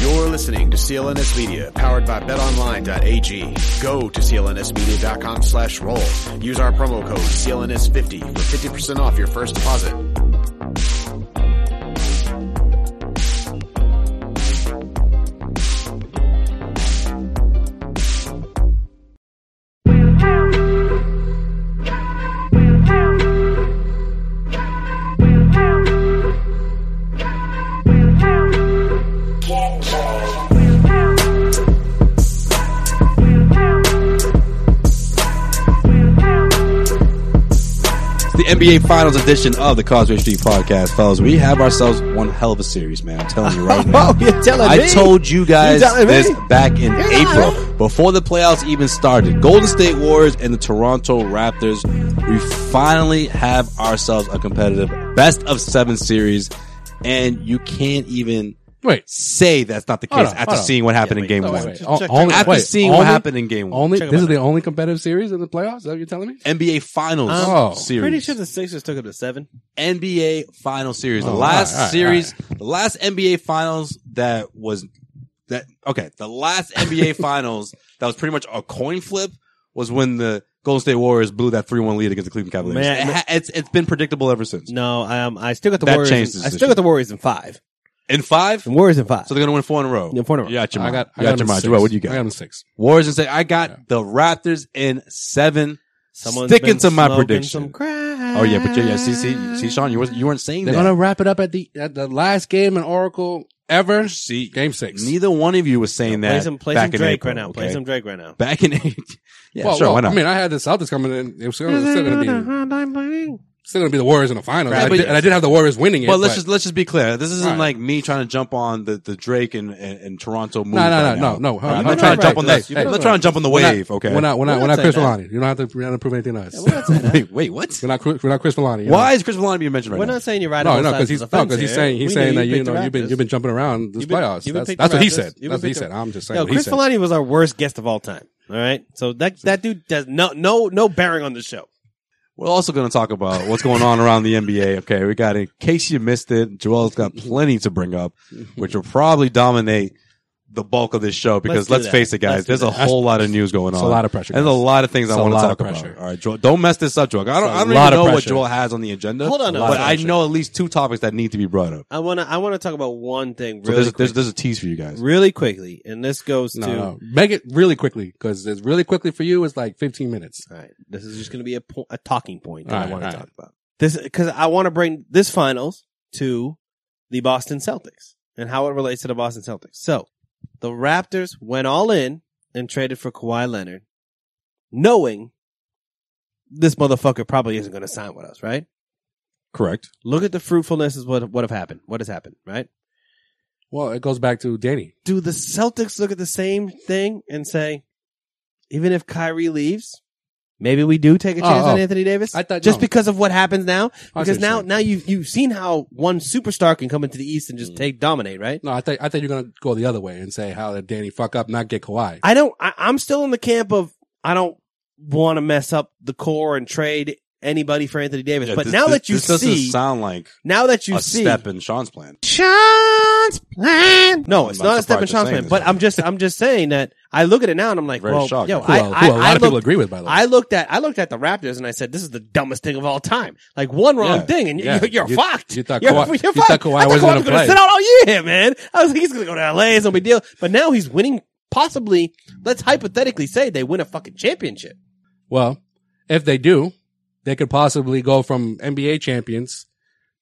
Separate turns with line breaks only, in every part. You're listening to CLNS Media, powered by betonline.ag. Go to clnsmedia.com slash roll. Use our promo code CLNS50 for 50% off your first deposit.
the NBA Finals edition of the Causeway Street Podcast, fellas. We have ourselves one hell of a series, man. I'm telling you right now.
Oh, you're telling
I
me?
told you guys
You're telling me?
this back in
You're
April, before the playoffs even started. Golden State Warriors and the Toronto Raptors. We finally have ourselves a competitive best of seven series, and you can't even
Wait.
say that's not the
Hold
case
on,
after
hold on.
seeing what happened in Game
Wait,
One.
wait, o- only-
After
wait,
seeing
only-
what happened in Game One,
Only
Check 'em
this is
out.
the only competitive series in the playoffs. Is that what you're telling me?
NBA Finals
Oh.
series.
Pretty sure the Sixers took him to seven.
NBA Final Series. The
Oh,
last
all right, all right,
series, the last NBA Finals that was that okay, the last NBA Finals that was pretty much a coin flip was when the Golden State Warriors blew that three one lead against the Cleveland Cavaliers.
Man,
It ha- it's it's been predictable ever since.
No, I, um, I still got the
That
Warriors.
changed
in-
the
I
decision.
still got the Warriors in five.
In five,
The
so
Warriors in five.
they're gonna win four in a row.
Yeah, four in a row.
You got your
I got,
you
I got,
got your
him in
mind.
six.
What do you
I got
got?
him six.
Warriors and say I got
Yeah.
the Raptors in seven.
Someone's
sticking
been
to my
smoking
prediction.
some crack.
oh yeah, but yeah, yeah, see, see, see, Sean, you weren't you weren't saying
They're
that.
gonna wrap it up at the at the last game in Oracle ever.
See,
Game six.
Neither one of you was saying
Play
that.
some, play
back
some
in
Drake
April,
right now. Play
okay?
some Drake right now.
back in yeah
well,
sure
well,
why not
I mean, I had the Celtics coming in. It was still, it's still gonna be still gonna be the Warriors in the finals.
Right,
I
but-
did, and I did have the Warriors winning it.
well let's
but-
just let's just be clear this isn't
Right.
like me trying to jump on the, the drake and, and, and toronto move
no, no,
right
no,
now.
no, no.
i'm
Hold
not trying
on.
to
Right,
jump on
right,
the
right.
i'm not trying to jump on the
We're not-
wave okay
We're not we're not we're not
saying
Chris
that.
Milani. You don't have to, you don't have to prove anything to us.
wait wait what
We're not Chris- we're not Chris Milani. you know?
why is chris Milani being mentioned
We're
right now
not saying you're right.
No,
on both
no,
sides
because he's
of the
no,
fence
'cause he's
here.
saying he's
We
saying that you
picked
know
the
you've been
Raptors.
you've been jumping around this
You've been-
playoffs.
you've been
That's,
picked
that's
the
what he
Raptors.
said.
You've been
That's what he
picked the-
said. I'm just saying.
Yo,
what he
Chris
said.
Filani was our worst guest of all time. All right, so that that dude does no no no bearing on the show.
we're also going to talk about what's going on around the nba okay we got in case you missed it joel's got plenty to bring up which will probably dominate the bulk of this show because
Let's do
let's,
that.
face it guys
Let's do
there's a
that.
whole lot of news going on
It's a lot of pressure,
there's a
guys.
lot of things
It's
i
a
want to
lot
talk
of
about
pressure.
all right joel don't mess this up joel i don't,
It's a
I don't even
lot of
know what
pressure.
joel has on the agenda
Hold on,
but
hold on.
i know at least two topics that need to be brought up
I wanna I wanna talk about one thing
so there's,
really
there's,
quickly,
there's a tease for you guys
really quickly, and this goes
No,
to
no. Make it really quickly because it's really quickly for you is like 15 minutes.
All right. This is just going to be a, po- a talking point that
All
I
right,
want
all
to
right.
talk about. This because I want to bring this finals to the Boston Celtics and how it relates to the Boston Celtics. So the Raptors went all in and traded for Kawhi Leonard, knowing this motherfucker probably isn't going to sign with us, right?
correct
Look at the fruitfulness is what what have happened. What has happened, right?
Well, it goes back to Danny.
do the Celtics look at the same thing and say, even if Kyrie leaves, Maybe we do take a
Oh,
chance on
oh.
Anthony Davis.
I thought-
just
no.
because of what happens now.
I see
Because
what you're
now,
saying.
now you've you've seen how one superstar can come into the East and
Mm.
just take dominate, right?
No, I think I think you're gonna go the other way and say how did Danny fuck up, not get Kawhi.
I don't. I, I'm still in the camp of I don't want to mess up the core and trade anybody for Anthony Davis.
Yeah,
but
this-
now
this-
that you
this doesn't
see,
sound like
now that you
a
see,
step in Sean's plan.
Sean's plan. No, it's
I'm not
not a step in
surprised
Sean's
you're
plan.
saying
But
this.
I'm just, I'm just saying that I look at it now and I'm like,
Very
well,
shocked.
yo,
Who
I,
a- who
I,
a lot
I
of people
looked-
agree with, by the way.
I looked at, I looked at the Raptors and I said, this is the dumbest thing of all time. Like one wrong
Yeah.
thing and you-
Yeah.
you're, you're
You-
fucked.
you thought
you're,
Kawhi-
you're
you thought
fucked.
Kawhi
I thought
wasn't
Kawhi
gonna
was going to
play.
sit out all year, man. I was like, he's going to go to LA. It's no big deal. But now he's winning. Possibly, let's hypothetically say they win a fucking championship.
Well, if they do, they could possibly go from NBA champions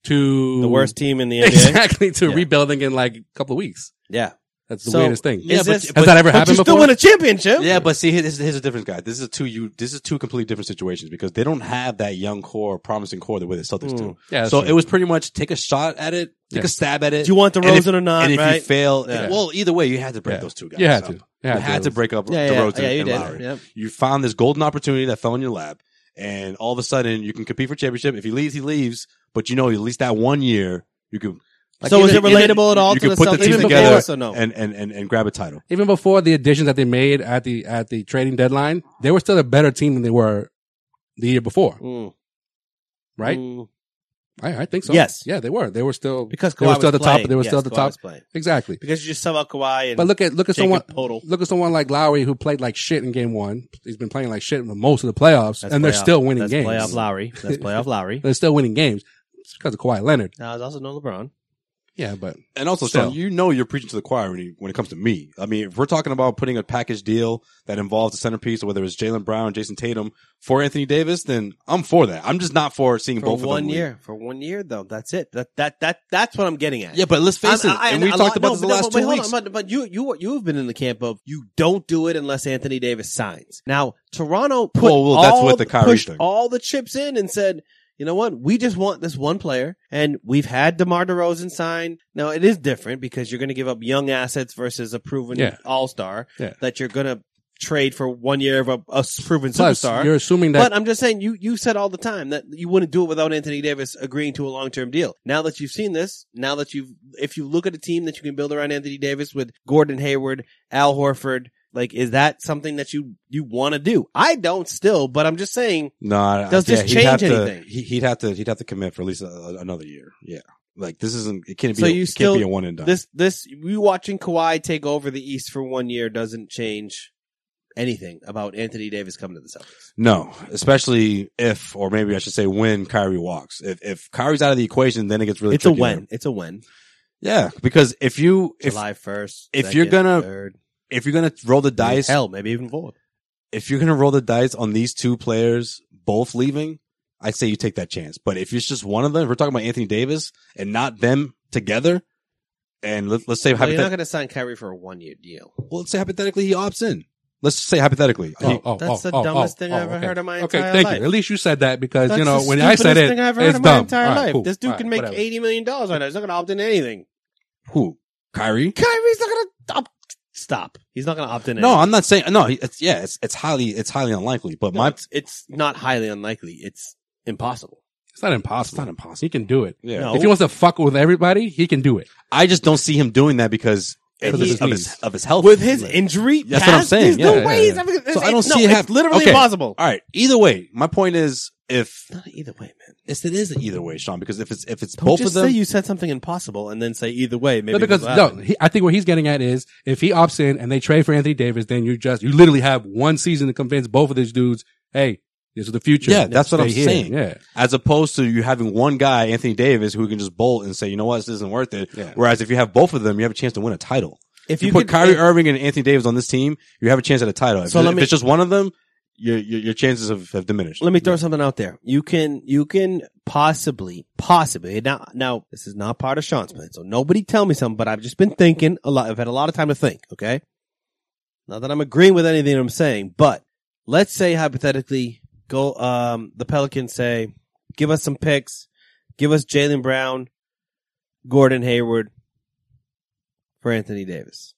to
The worst team in the NBA.
exactly to
Yeah.
rebuilding in like a couple of weeks.
Yeah.
That's the
So,
weirdest thing.
Yeah,
Is
but-
this-
but-
Has that ever
but you
happened
still
before?
win a championship.
Yeah, but see, here's, here's a difference, guys. This is two you. This is two completely different situations because they don't have that young core, promising core the way the
Hmm.
Celtics
Mm.
do.
Yeah, that's
so
true.
it was pretty much take a shot at it, take
Yeah.
a stab at it.
Do you want the
and if-
DeRozan or not,
And if you
right?
fail,
Yeah.
well, either way, you had to break
Yeah.
those two guys.
You had
up.
to. You
You
had
had,
to.
to break up
Yeah, yeah,
DeRozan
yeah, you
and
did.
Lowry.
Yep.
You found this golden opportunity that fell in your lap, and all of a sudden you can compete for championship. If he leaves, he leaves. But you know, at least that one year you can.
So is
even-
it relatable at all
You
to
can
the
put
Celtics
the team
before
together
us or no?
and, and, and, and grab a title.
Even before the additions that they made at the at the trading deadline, they were still a better team than they were the year before,
Mm.
right?
Mm.
Mm-hmm.
I, I think so.
Yes.
Yeah, they were. They were still
Because
they
Kawhi
were still
was
at the
playing.
top. They were
Yes,
still at the
Kawhi
top.
was playing.
Exactly.
Because you just sub out Kawhi and
But look at look at
Jacob
someone
Poeltl.
look at someone like Lowry who played like shit in game one. He's been playing like shit for most of the playoffs,
That's
and they're
playoff-
still winning
that's
games.
Playoff Lowry. That's playoff Lowry.
They're still winning games. It's because of Kawhi Leonard.
Now there's also no LeBron.
Yeah, but
And also,
Still.
Sean, you know you're preaching to the choir when, you, when it comes to me. I mean, if we're talking about putting a package deal that involves a centerpiece, whether it's Jalen Brown, Jason Tatum, for Anthony Davis, then I'm for that. I'm just not for seeing
For
both of
one
them. leave.
year. For one year though. That's it. That that that that's what I'm getting at.
Yeah, but let's face
I'm-
it.
I-
and we
a
talked
lot-
about
no,
this the
but no,
last
but
two
wait, hold
weeks.
on, but, but you you you've been in the camp of you don't do it unless Anthony Davis signs. Now Toronto put
Well, well, that's
all
what the Kyrie
pushed
thing.
all the chips in and said, you know what, we just want this one player, and we've had DeMar DeRozan sign. Now it is different because you're going to give up young assets versus a proven
Yeah.
All Star
Yeah.
that you're going to trade for one year of a, a proven
plus
superstar.
you're assuming that
But uh, I'm just saying, you you said all the time that you wouldn't do it without Anthony Davis agreeing to a long term deal. Now that you've seen this, now that you've if you look at a team that you can build around Anthony Davis with Gordon Hayward, Al Horford, like is that something that you you want to do? I don't still, but I'm just saying.
No, I-
Does
yeah,
this
he'd have
change
to-
anything?
he, he'd have to. He'd have to commit for at least a, a- another year. Yeah, like this isn't. It can't be.
So
a,
you
it
still-
can't be a one and done.
This this you watching Kawhi take over the East for one year doesn't change anything about Anthony Davis coming to the Celtics.
No, especially if, or maybe I should say, when Kyrie walks. If if Kyrie's out of the equation, then it gets really.
It's a
trickier.
win. It's a win.
Yeah, because if you if
July first.
if you're gonna if you're gonna roll the dice,
hell, maybe even fourth.
if you're gonna roll the dice on these two players both leaving, I'd say you take that chance. But if it's just one of them, if we're talking about Anthony Davis and not them together, and let, let's say
Well, you're not
hypothet-
going to sign Kyrie for a one year deal.
well, let's say hypothetically he opts in. Let's just say hypothetically, uh,
Oh,
he-
That's the dumbest thing I've ever heard in my entire
Okay, thank
life.
you. At least you said that because
That's
you know
the
when I said
stupidest
it,
thing I've ever heard
it's
in my
dumb.
entire
All right,
life.
cool.
This dude
All right,
can make
whatever.
eighty million dollars right now. He's not going to opt into anything.
who Kyrie?
Kyrie's not going to opt. Stop. He's not going to opt in.
No,
anything.
I'm not saying no. he- It's, yeah, it's it's highly it's highly unlikely. But
No,
my
it's, it's not highly unlikely. It's impossible.
It's not impossible.
It's not impossible.
He can do it.
yeah,
No.
If he wants to fuck with everybody, he can do it.
I just don't see him doing that because
And
of
he-
his, of his of his health
With his injury,
That's what I'm
past,
saying.
There's no
Yeah,
way
yeah,
he's
yeah.
ever. gonna-
So I don't
no,
see it
it's
hap-
literally
Okay.
impossible.
All right. Either way, my point is if
Not Uh, either way, man.
it's, it is either way, Sean, because if it's if it's
Don't
both
just
of them,
say you said something impossible and then say either way. Maybe
No, because
it will
no,
happen.
he, I think what he's getting at is if he opts in and they trade for Anthony Davis, then you just you literally have one season to convince both of these dudes, hey, this is the future.
yeah, that's what
Stay
I'm
here.
saying.
Yeah,
As opposed to you having one guy, Anthony Davis, who can just bolt and say, you know what, this isn't worth it.
Yeah.
Whereas if you have both of them, you have a chance to win a title.
if
If you, put
could-
Kyrie
if-
Irving and Anthony Davis on this team, you have a chance at a title. If,
So
it-
let
if
me-
it's just one of them, your your, your chances have, have diminished.
Let me throw something out there. You can you can possibly possibly now now this is not part of Sean's plan, so nobody tell me something. But I've just been thinking a lot. I've had a lot of time to think. Okay, not that I'm agreeing with anything I'm saying, but let's say hypothetically, go um the Pelicans say, give us some picks, give us Jalen Brown, Gordon Hayward, for Anthony Davis.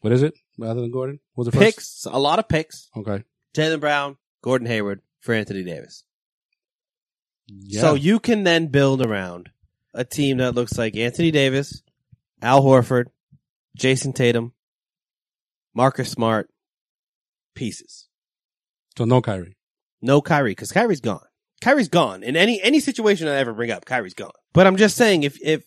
what is it? Rather than Gordon, what was the
Picks a lot of picks.
First? Okay,
Jalen Brown, Gordon Hayward, for Anthony Davis.
Yeah.
So you can then build around a team that looks like Anthony Davis, Al Horford, Jason Tatum, Marcus Smart, pieces.
so no Kyrie.
No Kyrie, because Kyrie's gone. Kyrie's gone. In any any situation I ever bring up, Kyrie's gone. But I'm just saying if if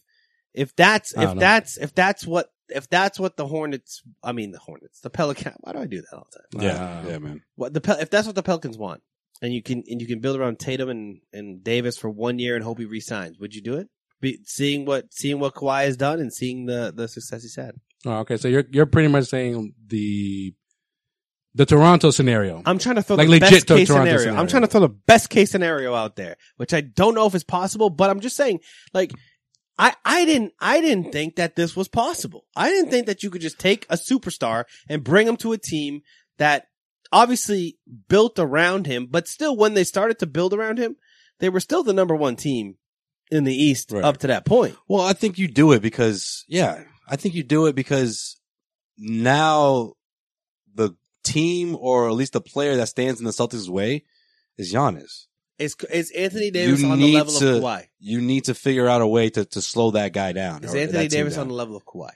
if that's
I
if
don't know.
that's if that's what if that's what the Hornets I mean the Hornets, the Pelican why do I do that all the time?
Yeah,
Wow.
yeah, man.
What the Pel- if that's what the Pelicans want, and you can and you can build around Tatum and, and Davis for one year and hope he resigns, would you do it? Be, seeing what seeing what Kawhi has done and seeing the the success he's had.
Oh, okay, so you're you're pretty much saying the the Toronto scenario.
I'm trying to throw
Like
the
legit
best
to-
case
Toronto
scenario.
scenario.
I'm trying to throw the best case scenario out there, which I don't know if it's possible, but I'm just saying, like, I, I didn't, I didn't think that this was possible. I didn't think that you could just take a superstar and bring him to a team that obviously built around him, but still when they started to build around him, they were still the number one team in the East
Right.
up to that point.
Well, I think you do it because yeah, I think you do it because now the team or at least the player that stands in the Celtics' way is Giannis.
Is, is Anthony Davis
You
on the
need
level
to-
of Kawhi?
You need to figure out a way to, to slow that guy down.
Is
or
Anthony
that team
Davis
down.
on the level of Kawhi?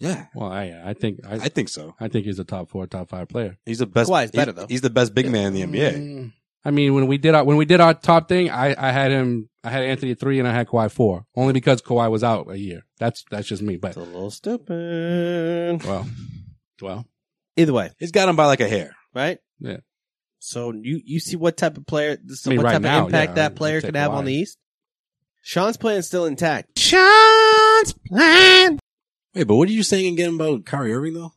Yeah,
well, I I think I,
I think so.
I think he's a top four, top five player.
He's the best.
Kawhi's
he's-
better, though.
He's the best big man in the NBA.
Mm. I mean, when we did our when we did our top thing, I I had him. I had Anthony at three and I had Kawhi four, only because Kawhi was out a year. That's that's just me. But
It's a little stupid.
well, well,
Either way.
He's got him by like a hair.
right?
Yeah.
So you you see what type of player, so
I mean,
what
right
type
now,
of impact
yeah,
that
I'd
player
take
could have
Kawhi.
on the East. Sean's plan is still intact. Sean's plan.
Wait, but what are you saying again about Kyrie Irving though?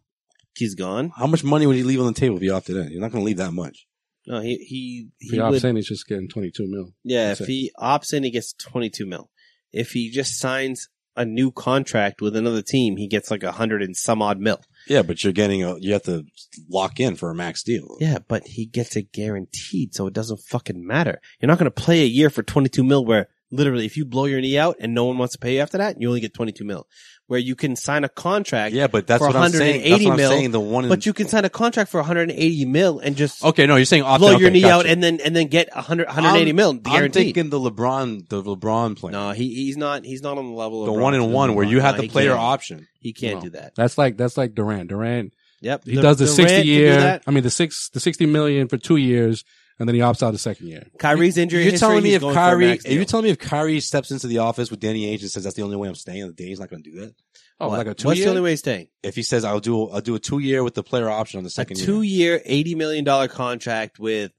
He's gone.
How much money would he leave on the table if he opted in? You're not going to leave that much.
No, he he
if
he
you're
would.
saying he's just getting twenty two mil.
Yeah,
That's
if
it.
he opts in, he gets twenty two mil. If he just signs a new contract with another team, he gets like a hundred and some odd mil.
Yeah, but you're getting a you have to lock in for a max deal.
Yeah, but he gets it guaranteed, so it doesn't fucking matter. You're not going to play a year for 22 mil where literally if you blow your knee out and no one wants to pay you after that, you only get 22 mil. Where you can sign a contract.
Yeah, but that's
for
what I'm saying. That's
180
what I'm
mil,
saying. The one, in,
But you can sign a contract for 180 mil and just
okay? No, you're saying opt
blow
in. Okay,
your knee
gotcha.
out and then and then get 100, 180
I'm-
mil
I'm
guaranteed.
thinking the LeBron, the LeBron plan,
no, he, he's not he's not on the level
the
of
one
Bronson.
in one where you have
No,
the
he
player
can't.
option.
He can't
No.
do that.
That's like that's like Durant. Durant
Yep,
he does the
Durant can
sixty
do
year.
that.
I mean the six the sixty million for two years, and then he opts out the second year.
Kyrie's injury.
You're
history,
telling me
he's
if
going for a
Kyrie,
max
if you're
deal.
telling me if Kyrie steps into the office with Danny Ainge and says that's the only way I'm staying, that Danny's not going to do that.
Oh,
What?
like a two
What's
year.
the only way he's staying?
If he says I'll do, I'll do a two year with the player option on the second
a
year.
two year, eighty million dollar contract with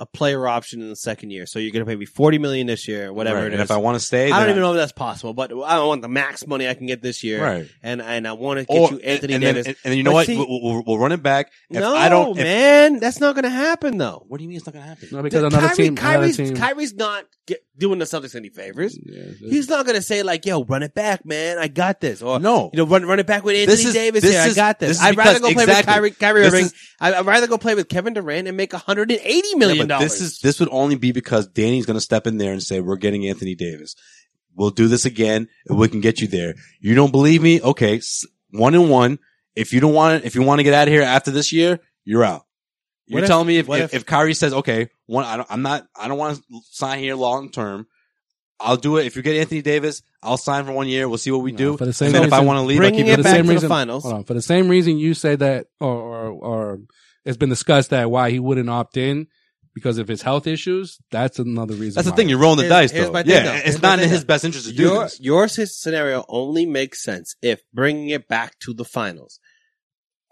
a player option in the second year. So you're going to pay me forty million this year, whatever
Right.
it
And if
is.
I want to stay,
I don't
then
even know if that's possible, but I want the max money I can get this year,
Right.
and and I want to get
Or-
you Anthony
and
Davis.
Then, and, and you know
But
what?
see-
we'll, we'll, we'll run it back. If
no,
I don't, if-
man, that's not going to happen though.
What do you mean it's not going to happen?
No, because
The-
another
Kyrie-
team,
Kyrie's,
another team.
Kyrie's not get, doing the Celtics any favors.
Mm-hmm.
Yeah,
He's not going to say like, "Yo, run it back, man. I got this." Or
No.
you know, run run it back with Anthony
This is-
Davis
this
here.
is-
I got this.
this is
I'd rather
because-
go play
exactly.
with Kyrie, Kyrie
This
Irving.
is-
I, I'd rather go play with Kevin Durant and make 180
Yeah,
million
but
dollars.
this is this would only be because Danny's going to step in there and say we're getting Anthony Davis. We'll do this again, and we can get you there. You don't believe me? Okay, s- one and one. If you don't want, if you want to get out of here after this year, you're out. You're
What if-
telling me if,
what
if,
if-
if Kyrie says, okay, one, I don't, I'm not, I don't want to sign here long term. I'll do it. If you get Anthony Davis, I'll sign for one year. We'll see what we
No,
do.
for the same
and then if I
reason-
want to leave, I
Bringing
keep
it
it.
back
same
to the
reason,
finals.
Hold on. For the same reason you say that, or, or or it's been discussed that why he wouldn't opt in because of his health issues. That's another reason.
That's the
why.
thing. You're rolling the dice,
Here's- here's
though.
my thing,
yeah,
though.
it's
Here's my
not in
thing,
his
though.
best interest to do
your
this.
your sc- scenario only makes sense if bringing it back to the finals.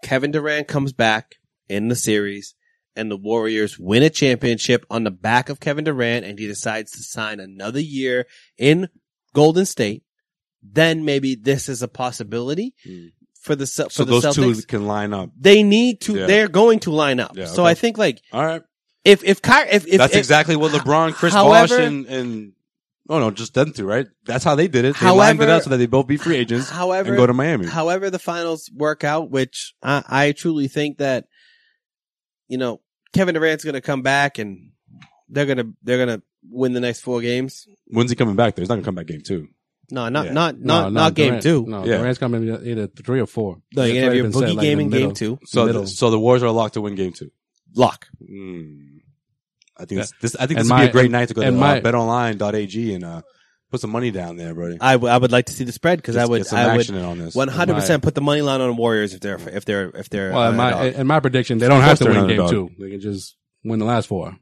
Kevin Durant comes back in the series, and the Warriors win a championship on the back of Kevin Durant, and he decides to sign another year in Golden State. Then maybe this is a possibility
Mm.
for the Ce- for
So
the
those
Celtics.
two can line up.
they need to.
Yeah.
They're going to line up.
Yeah,
So
okay.
I think like
All right.
if if Kyrie if, if
That's
if-
exactly what LeBron, Chris
however-
Bosh, and, and oh no, just them two, right? That's how they did it. They lined it
However-
up so that they both be free agents
however
and go to Miami.
However, the finals work out, which I, I truly think that you know Kevin Durant's going to come back and they're going to they're going to win the next four games.
When's he coming back? Though he's not gonna come back game two.
No, not
Yeah.
not
No,
not
no,
not game
Durant-
two.
No,
Yeah.
Durant's coming in either three or four.
No,
It's
you're going to have
already
your
been
boogie
said, like,
game
the
in game
middle.
two.
So
Middle.
Hmm.
the, so the Warriors are locked to win game two.
Lock.
Mm. I think it's, this. I think
And
this would be
my-
a great night to go to
and
uh,
my-
BetOnline.ag and uh, put some money down there, buddy.
I, w- I would like to see the spread because Uh, I
Let's
would
get some
I would
action in on this.
one hundred percent put the money line on Warriors if they're if they're if they're uh,
Well, in my,
underdog.
in my prediction, they don't
Of
have
course they're
to win
an
game two.
underdog.
They can just win the last four.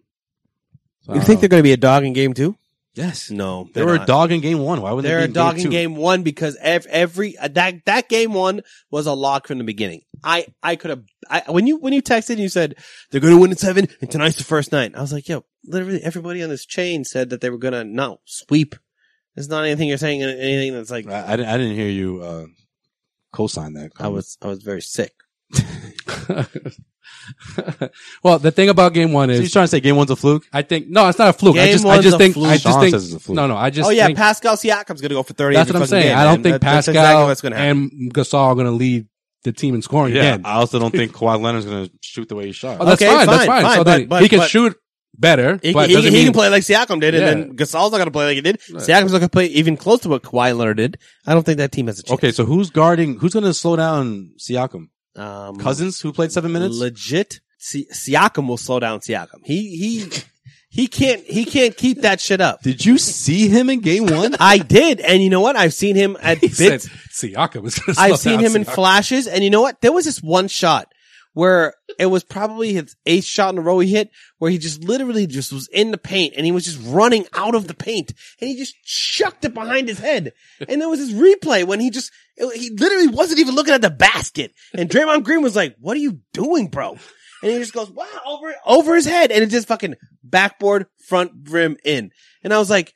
So,
you think they're going to be a dog in game two?
Yes,
No,
they
they're
were
not.
a dog in game one. Why would
They're
they
a
be
dog in
two?
game one because ev- every uh, that that game one was a lock from the beginning. I I could have I when you when you texted and you said they're going to win in seven and tonight's the first night. I was like, yo, literally everybody on this chain said that they were going to no sweep. It's not anything you're saying anything that's like
I, I didn't, I didn't hear you uh, co-sign that.
I was I was very sick.
well, the thing about game one
So
is,
you're trying to say game one's a fluke?
I think no, it's not a fluke. I
Game
just, I
one's
just
a
think,
fluke.
I just
Sean
think,
says it's a fluke.
no, no, I just,
oh yeah,
think,
Pascal Siakam's going to go for thirty.
that's
every
what I'm
fucking
saying.
game,
I don't
man.
think
That- that's
Pascal
exactly what's gonna happen. uh,
and Gasol are going to lead the team in scoring again.
I also don't think Kawhi Leonard's going to shoot the way he shot.
Oh, that's
Okay,
fine, That's fine.
fine, fine,
so
but-
then
but-
he can
but-
shoot better,
He,
but
he,
doesn't
he
mean
can play like Siakam did,
Yeah.
and then Gasol's not going to play like he did. Siakam's not going to play even close to what Kawhi Leonard did. I don't think that team has a chance.
okay, so who's guarding? Who's going to slow down Siakam?
um,
Cousins, who played seven minutes.
legit. Si- Siakam will slow down Siakam. He he he can't he can't keep that shit up.
Did you see him in game one?
I did, and you know what? I've seen him at
he
bits.
said Siakam was going to.
I've seen him in flashes, and you know what? There was this one shot where it was probably his eighth shot in a row he hit, where he just literally just was in the paint and he was just running out of the paint and he just chucked it behind his head. And there was this replay when he just it- he literally wasn't even looking at the basket, and Draymond Green was like, "What are you doing, bro?" And he just goes, "Wow!" over over his head, and it just fucking backboard front rim in. And I was like.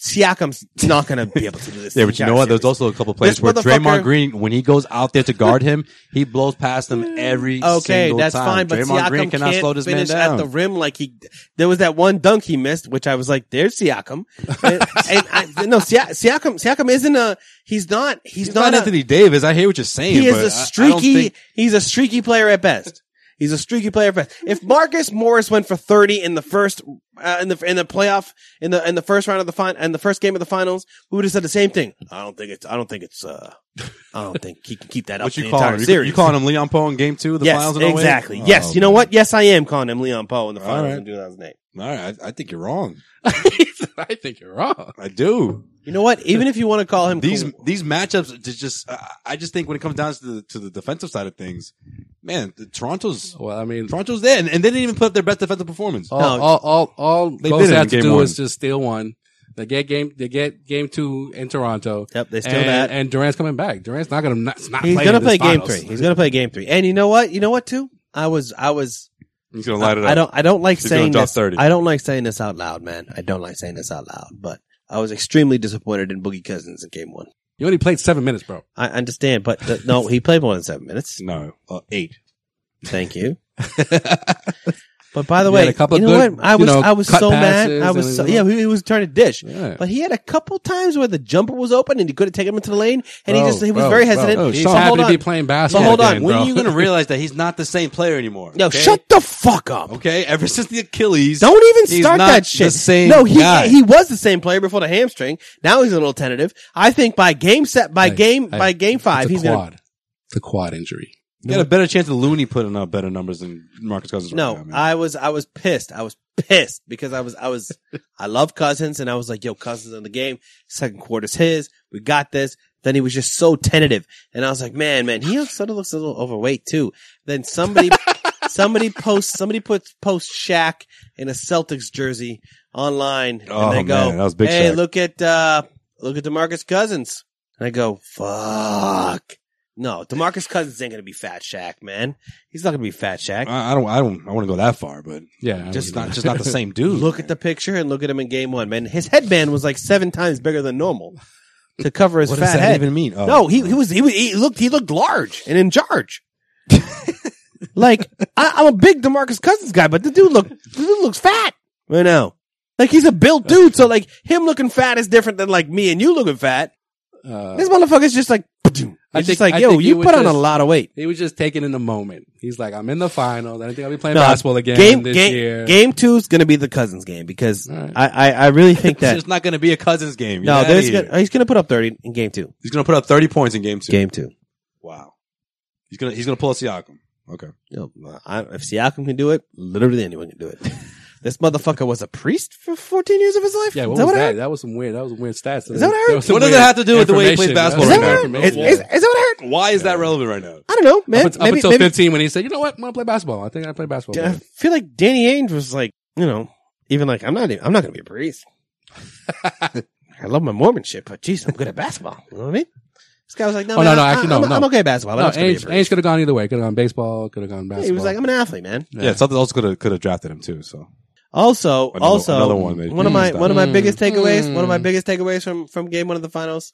Siakam's not going to be able to do this.
Yeah, but you know what?
There's
There's also a couple plays
This
where
motherfucker-
Draymond Green, when he goes out there to guard him, he blows past him every
Okay,
single
that's
time.
fine, but
Draymond
Siakam
Green cannot
can't
slow this man
finish
down.
at the rim like he. There was that one dunk he missed, which I was like, "There's Siakam." and, and I, no, Siak, Siakam, Siakam isn't a. He's not. He's,
He's
not,
not
a-
Anthony Davis. I hear what you're saying.
He
but I-
is
I
a
don't
streaky.
think-
He's a streaky player at best. He's a streaky player at best. If Marcus Morris went for thirty in the first uh, in the in the playoff in the in the first round of the fin in the first game of the finals, we would have said the same thing. I don't think it's. I don't think it's. uh I don't think he can keep that up.
what
the
you calling
entire
him? You,
series.
you calling him Leon Poe in game two of the
yes,
finals? In 08?
exactly.
Oh,
yes, you know
man.
what? Yes, I am calling him Leon Poe in the finals
right.
in 2008.
All right, I, I think you're wrong.
I think you're wrong.
I do.
You know what? Even if you want to call him
These
Ka-
these matchups is just. I, I just think when it comes down to the to the defensive side of things, man, the, Toronto's
Well, I mean,
Toronto's there, and, and they didn't even put up their best defensive performance.
all
No.
all all, all
They
Ghosts
did it
have
in
to
game
do
one.
is just steal one. They get game. They get game two in Toronto.
Yep, they steal
and,
that.
And Durant's coming back. Durant's not going to not, not
he's
play
gonna
in this
play game
finals.
three. He's gonna play game three. And you know what? You know what? Too. I was. I was.
He's gonna light it up.
I don't. I don't like
He's gonna
saying
drop
this.
30.
I don't like saying this out loud, man. I don't like saying this out loud. But I was extremely disappointed in Boogie Cousins in game one.
You only played seven minutes, bro.
I understand, but the, no, he played more than seven minutes.
No, uh, eight.
Thank you. But by the
He
way,
had a couple
you know
good,
what? I
you
was
know,
I was
cut
so mad.
passes
I was
and
so, yeah.
everything.
He, he was trying to dish,
Yeah.
but he had a couple times where the jumper was open and he couldn't take him into the lane, and he
Bro,
just he was
bro,
very
bro.
hesitant.
Oh, he's
so
happy
hold
to
on.
be playing
So
basketball.
hold on.
again,
Oh, when
bro.
are you gonna realize that he's not the same player anymore?
No,
okay?
shut the fuck up.
Okay, ever since the Achilles,
Don't even
he's
start
not
that shit.
The same
no, he
guy.
he was the same player before the hamstring. Now he's a little tentative. I think by game set by
Hey,
game
hey,
by game five
it's a
he's
quad.
gonna
It's a quad injury.
You got a better chance of Looney putting up better numbers than Marcus Cousins.
No,
right now, man.
I was I was pissed. I was pissed because I was I was I love Cousins and I was like, yo, Cousins in the game. Second quarter's his. We got this. Then he was just so tentative, and I was like, man, man, he sort of looks a little overweight too. Then somebody somebody posts somebody puts post Shaq in a Celtics jersey online,
Oh,
and they go,
man, that was big
hey,
Shaq."
look at uh look at Demarcus Cousins, and I go, fuck. No, Demarcus Cousins ain't gonna be Fat Shaq, man. He's not gonna be Fat Shaq.
I, I don't. I don't. I want to go that far, but
Yeah, I
just
wouldn't
not.
do
Just not the same dude.
Look at the picture and look at him in game one, man. His headband was like seven times bigger than normal to cover his
What
fat
does that
head.
even mean? Oh.
No, he, he was he was he looked he looked large and in charge. like I, I'm a big Demarcus Cousins guy, but the dude look the dude looks fat right now. Like he's a built dude, so like him looking fat is different than like me and you looking fat.
Uh,
This motherfucker's just like it's
I
just
think-
like
I
yo,
think he
you
was
put on a
just-
lot of weight.
He was just taking in the moment. He's like, I'm in the final. I don't think I'll be playing
No,
basketball again
game
this
game
year. Mm.
game two is gonna be the Cousins game because
All right.
I, I I really think
It's
that
just not going to be a Cousins game.
No,
No,
there's gonna, he's going to put up 30 in game two.
he's going to put up thirty points in game two.
Game two.
Wow. He's gonna he's gonna pull a Siakam. Okay.
You know, I, if Siakam can do it, literally anyone can do it. this motherfucker was a priest for 14 years of his life.
Yeah,
Is
what
that
was
I
that?
heard?
That was some weird. That was some weird stats.
Is that what I heard?
was some
What does it
weird
have to do with the way he plays
information.
basketball
That
right now?
was some weird
Is that what I heard? Is,
information.
is, is that what I heard?
Why is that relevant right now?
I don't know, man.
up, up
maybe,
until
maybe,
15 when he said, you know what, I'm going to play basketball. I think I play basketball.
I feel like Danny Ainge was like, you know, even like, I'm not, even, I'm not going to be a priest. I love my Mormon shit, but geez, I'm good at basketball. You know what I mean? This guy was like, no,
Oh, no,
man,
no,
I,
actually, no,
I'm,
no.
I'm okay at basketball. but
no,
I'm just gonna be a
Ainge,
priest.
Ainge could have gone either way. Could have gone baseball. Could have gone basketball.
He was like, I'm an athlete, man.
Yeah, something else could have could have drafted him too. So
Also,
Another-
also
another one
one,
that-
of my
Mm,
one of my biggest
mm,
takeaways. One of my
mm.
biggest takeaways from from game one of the finals.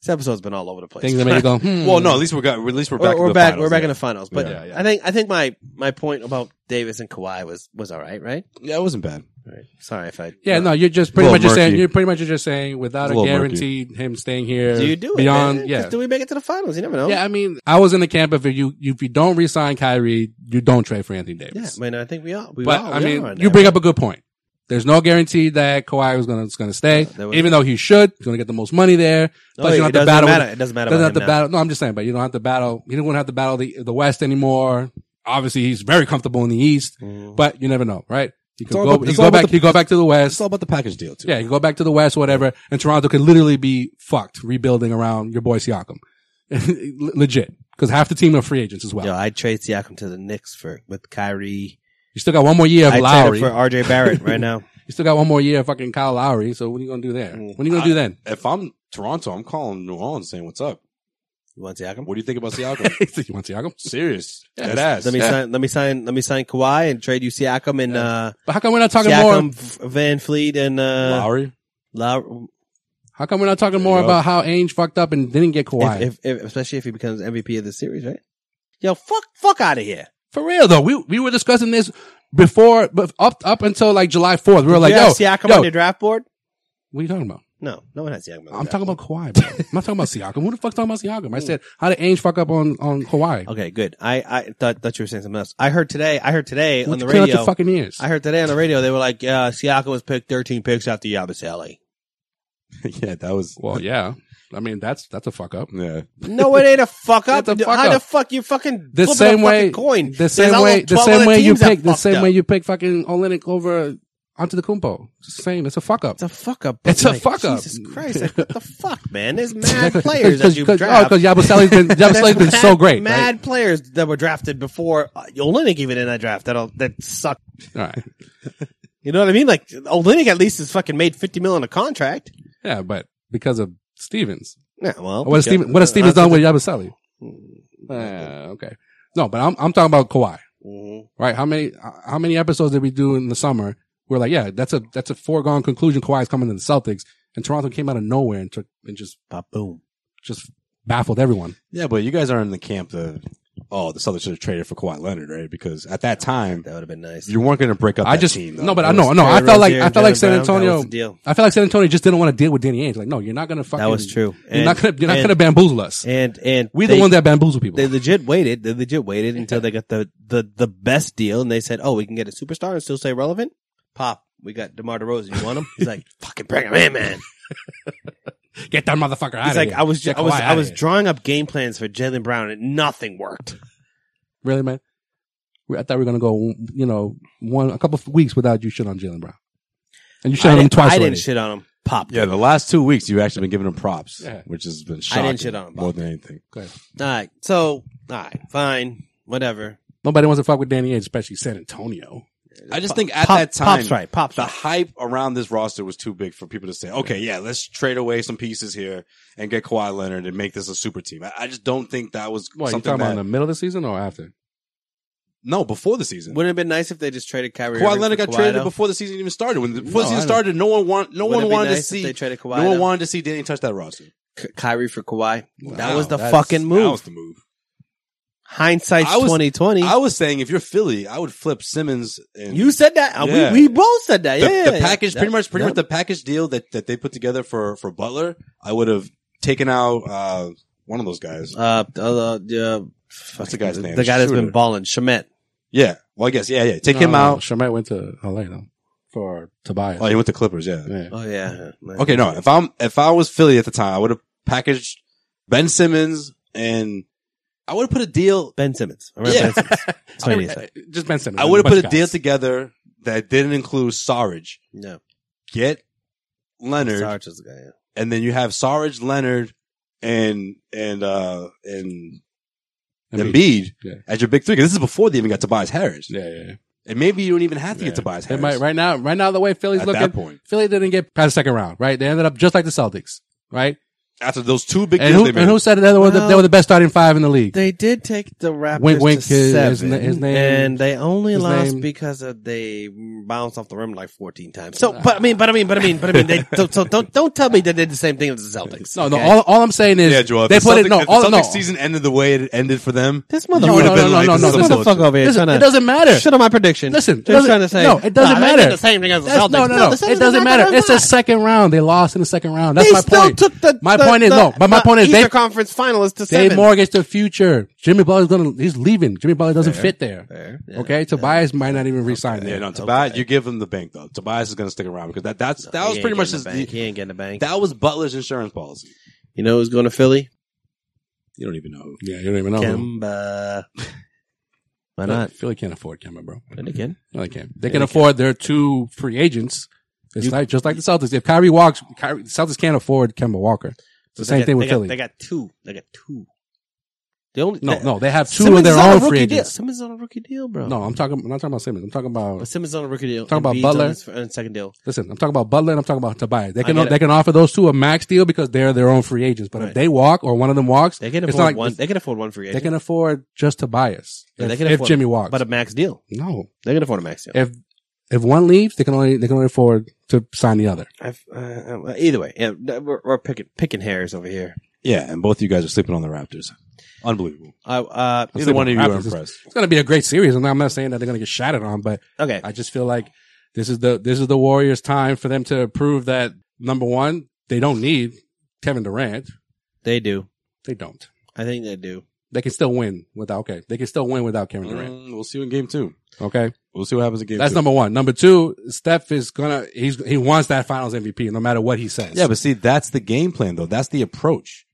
This episode's been all over the place.
things that made you go, hmm.
well, no, at least we're got, at least we're
We're
back.
we're,
in the
back.
finals,
we're back
yeah.
in the finals, but
Yeah, yeah.
I think I think my my point about Davis and Kawhi was was all right, right?
Yeah, it wasn't bad.
All right. Sorry if I
Yeah, no, you're just pretty
little
much just saying
murky.
you're pretty much just saying
It's
without a,
a little
guaranteed him staying here.
Do you do it
beyond?
man?
Yeah,
Just do we make it to the finals? You never know.
yeah. I mean, I was in the camp of if you if you don't resign Kyrie, you don't trade for Anthony
Yeah,
Davis.
I mean, I think we are. We
but
are,
I
we
mean,
are in
you
there.
bring up a good point. There's no guarantee that Kawhi is gonna is gonna stay,
there was-
even though he should. He's gonna get the most money there.
No,
Plus,
it
you don't have to
doesn't
battle.
matter.
With,
It doesn't matter.
doesn't
about
have to
him now.
battle. No, I'm just saying, but you don't have to battle. He don't have to battle the the West anymore. Obviously, he's very comfortable in the East,
Mm-hmm.
but you never know, right? He could
all
go.
about-
he
it's
go
all about
back.
the-
he go back to the West.
It's all about the package deal too.
Yeah, you go back to the West, whatever, and Toronto could literally be fucked rebuilding around your boy Siakam. Le- Legit. Because half the team are free agents as well.
Yo, I'd trade Siakam to the Knicks for with Kyrie.
You still got one more year of
I trade
Lowry.
him for RJ Barrett right now.
you still got one more year of fucking Kyle Lowry. So what are you going to do there?
Mm.
What are you going to do then?
If I'm Toronto, I'm calling New Orleans saying, "What's up?
You want Siakam?
What do you think about Siakam?
you want Siakam?
Serious?
Yeah.
Dead ass.
Let me sign. Let me sign. Let me sign Kawhi and trade you Siakam and uh,
But how come we're not talking
Siakam,
more?
V- Van Fleet, and uh,
Lowry.
Lowry.
How come we're not talking
There you
more
go.
about how Ainge fucked up and didn't get Kawhi?
If, if, if, especially if he becomes MVP of the series, right? Yo, fuck, fuck out of here.
For real though, we we were discussing this before, but up up until like July fourth, we were like,
you
yo,
have Siakam
yo,
on your draft board?
what are you talking about?
No, no one has Siakam. On their
I'm
draft
talking
board.
about Kawhi. Bro. I'm not talking about Siakam. Who the fuck's talking about Siakam? I said, how did Ainge fuck up on on Kawhi?
Okay, good. I, I thought, thought you were saying something else. I heard today. I heard today on
What's
the
clear out your
radio.
fucking ears?
I heard today on the radio they were like, yeah, Siakam was picked 13 picks after Yabusele.
yeah, that was.
well, yeah. I mean, that's that's a fuck up.
Yeah,
No, it ain't a fuck up.
It's a fuck
How the
up.
fuck you fucking
The
flipping
same
a
way,
fucking coin?
the
There's
same
all
way, the
12
same
other
way you
teams that
pick, the
fucked
same
up.
way you pick fucking Olenek over onto the Kumpo. Just saying, it's a fuck up.
It's a fuck up.
It's a fuck up.
Jesus Christ! Like, what the fuck, man? There's mad players that you
because oh,
draft.
Yabusele's been Yabusele's
There's
been so
mad-
great.
Mad
Right?
players that were drafted before uh, Olenek even in that draft that that suck.
All right.
You know what I mean? Like Olenek at least has fucking made fifty mil on a contract.
Yeah, but because of Stevens,
Yeah, well,
what has
yeah. uh, mm-hmm.
Stevens what has Stevens done with Yabusele? Uh, okay, no, but I'm I'm talking about Kawhi.
Mhm.
right? How many how many episodes did we do in the summer? We're like, yeah, that's a that's a foregone conclusion. Kawhi's coming to the Celtics, and Toronto came out of nowhere and took and just
Pop, boom.
just baffled everyone.
yeah, but you guys are in the camp of oh, the Celtics should have traded for Kawhi Leonard, right? Because at that time,
That would have been nice.
you weren't going to break up.
I
that
just
team, though.
no, but
It
I
was-
know, no, I
Terry
felt like
Rozier
I
and
felt like
Jalen
San
Brown. That
Antonio.
was the deal.
I felt like San Antonio just didn't want to deal with Danny Ainge. Like, no, you're not gonna fucking.
That was true.
you're not gonna you're not gonna bamboozle us.
and and
We're the
they-
one that bamboozle people.
they legit waited. They legit waited until they got the, the, the best deal, and they said, "Oh, we can get a superstar and still stay relevant." Pop, we got Demar Derozan. You want him? He's like, "Fucking bring him in, man."
Get that motherfucker out
He's
of
like,
here.
"I was ju-
Get
I was
Kawhi
I
outta
was
here.
drawing up game plans for Jalen Brown, and nothing worked."
really man. We- I thought we were gonna go, you know, one a couple of weeks without you shit on Jalen Brown, and you shit
I
on him
didn't-
twice.
I
already.
didn't shit on him. Pop.
Yeah, the last two weeks you've actually been giving him props,
Yeah.
which has been shocking.
shit on him,
more
Bob.
than anything.
Go ahead.
All right. So, all right, fine, whatever.
Nobody wants to fuck with Danny Ainge, especially San Antonio.
I just think at
Pop-
that time,
Pop's right. Pop's
the
right.
hype around this roster was too big for people to say, okay, yeah, let's trade away some pieces here and get Kawhi Leonard and make this a super team. I, I just don't think that was
What, you talking
something
about
that.
in the middle of the season or after?
no, before the season.
Wouldn't it have been nice if they just traded Kyrie?
Kawhi
Irving
Leonard
for
got
Kawhi,
traded
though?
before the season even started. When the, before
No,
the
I
season
know.
started, no one wanted, no
Wouldn't it
one
be
wanted
nice
to
if
see,
they traded Kawhi.
no one
though?
wanted to see Danny touch that roster.
K- Kyrie for Kawhi.
Wow,
that was the
that's-
fucking move.
That was the move.
Hindsight's
I was-
twenty twenty.
I was saying, if you're Philly, I would flip Simmons. And
You said that. Uh,
Yeah.
We, we both said
the,
that. yeah,
the
yeah,
package
yeah.
pretty much pretty
Yeah.
much the package deal that that they put together for for Butler. I would have taken out uh, one of those guys.
Uh, uh, uh, uh, fuck,
the guy's name?
The guy that's
Shooter.
been balling, Shemet.
Yeah. Well, I guess yeah, yeah. Take
No,
Oh,
him
no,
out.
Shemet went to LA though for Tobias.
Oh, he went to Clippers. Yeah.
yeah.
Oh yeah.
Okay. No. If I'm if I was Philly at the time, I would have packaged Ben Simmons and I would have put a deal.
Ben Simmons. I remember
Yeah.
Ben Simmons. That's what I need to say.
Just Ben Simmons.
I would have
Bunch
put
of
a deal
guys.
together that didn't include Sarge.
No.
Get Leonard,
Sarge was the guy, yeah.
and then you have Sarge, Leonard, and and uh and
Embiid.
Embiid
Yeah.
as your big three. 'Cause this is before they even got Tobias Harris,
Yeah, yeah, yeah.
and maybe you don't even have to
Yeah.
get Tobias
They
Harris.
might- right now, right now, the way Philly's
At
looking,
that point.
Philly didn't get past the second round, right? They ended up just like the Celtics, right?
After those two big
And
deals
who,
they
and
made,
who said that they were, the, they were the best starting five in the league?
They did take the Raptors
Wink, wink,
to
his-
seven,
his na- his name-
and they only
his
lost
name-
because of they bounced off the rim like fourteen times. So, but I mean, but I mean, but I mean, but I mean, they, so, so don't don't tell me they did the same thing as the Celtics.
no, no.
okay?
All, all I'm saying is
yeah, Joel. if
they
the
put
Celtics-
it. No,
if the
all
Celtics
no.
season ended the way it ended for them.
this
you
motherfucker,
would have
no,
been
no,
like,
no,
this
no,
is
no,
this
no.
bullshit.
motherfucker over here.
Listen,
tryna-
it doesn't matter.
Shut up, my prediction.
Listen, it
just
doesn't-
trying to say
no, it doesn't
nah, They
matter.
did the same thing as the
That's-
Celtics.
no, no, no.
the
It
Celtics
doesn't
got
matter.
the
It's the
best.
second round. They lost in the second round. That's
They
my
still
point.
took the.
my
the-
point is
the-
no. But my
the
point is
Eastern
they
conference finalists to
they
seven.
mortgage the future. Jimmy Butler's gonna he's leaving. Jimmy Butler doesn't fit there.
Fair. Yeah.
Okay, Tobias might not even resign
Yeah,
there.
no, Tobias, you give him the bank though. Tobias is going to stick around because that that's that
He
was
ain't
pretty much
getting
his,
the bank. He ain't getting the bank.
that was Butler's insurance policy.
You know who's going to Philly?
You don't even know. who.
Yeah, you don't even know. him.
Kemba. Why not?
Philly can't afford Kemba, bro.
And again,
No, they can't. They can afford their two free agents. It's like just like the Celtics. If Kyrie walks, Kyrie, the Celtics can't afford Kemba Walker. It's the
They
same
got-
thing
they
with
got-
Philly.
they got two. They got two. The only
no,
that-
no, they have two
Simmons
of their
is on a
own
rookie
free
deal.
agents.
Simmons is on a rookie deal, bro.
No, I'm talking. I'm not talking about Simmons. I'm talking
But
about.
Simmons is on a rookie deal.
Talking about
Embiid's
Butler.
On his, on his second deal.
Listen, I'm talking about Butler and I'm talking about Tobias. They
I
can
get it.
they can offer those two a max deal because they're their own free agents. But if
Right.
they walk or one of them walks,
They can
it's
afford
not like
one. They can afford one free
they
agent.
can afford just Tobias.
Yeah,
if,
they can
if
afford-
Jimmy walks,
but a max deal.
no.
They can afford a max deal.
If if one leaves, they can only they can only afford to sign the other.
I've, uh, uh, either way, yeah, we're, we're picking picking hairs over here.
Yeah, and both of you guys are sleeping on the Raptors. Unbelievable.
I uh,
Neither one of you um,
on
are
the Raptors.
impressed.
It's going to be a great series, and I'm not saying that they're going to get shattered on, but
okay.
I just feel like this is the this is the Warriors' time for them to prove that number one, they don't need Kevin Durant.
They do.
They don't.
I think they do.
They can still win without. Okay, they can still win without Kevin Durant.
Mm, we'll see you in game two.
Okay,
We'll see what happens in game
Mm-hmm. that's
two.
number one. Number two, Steph is gonna. He's he wants that Finals MVP, no matter what he says.
yeah, but see, that's the game plan though. That's the approach.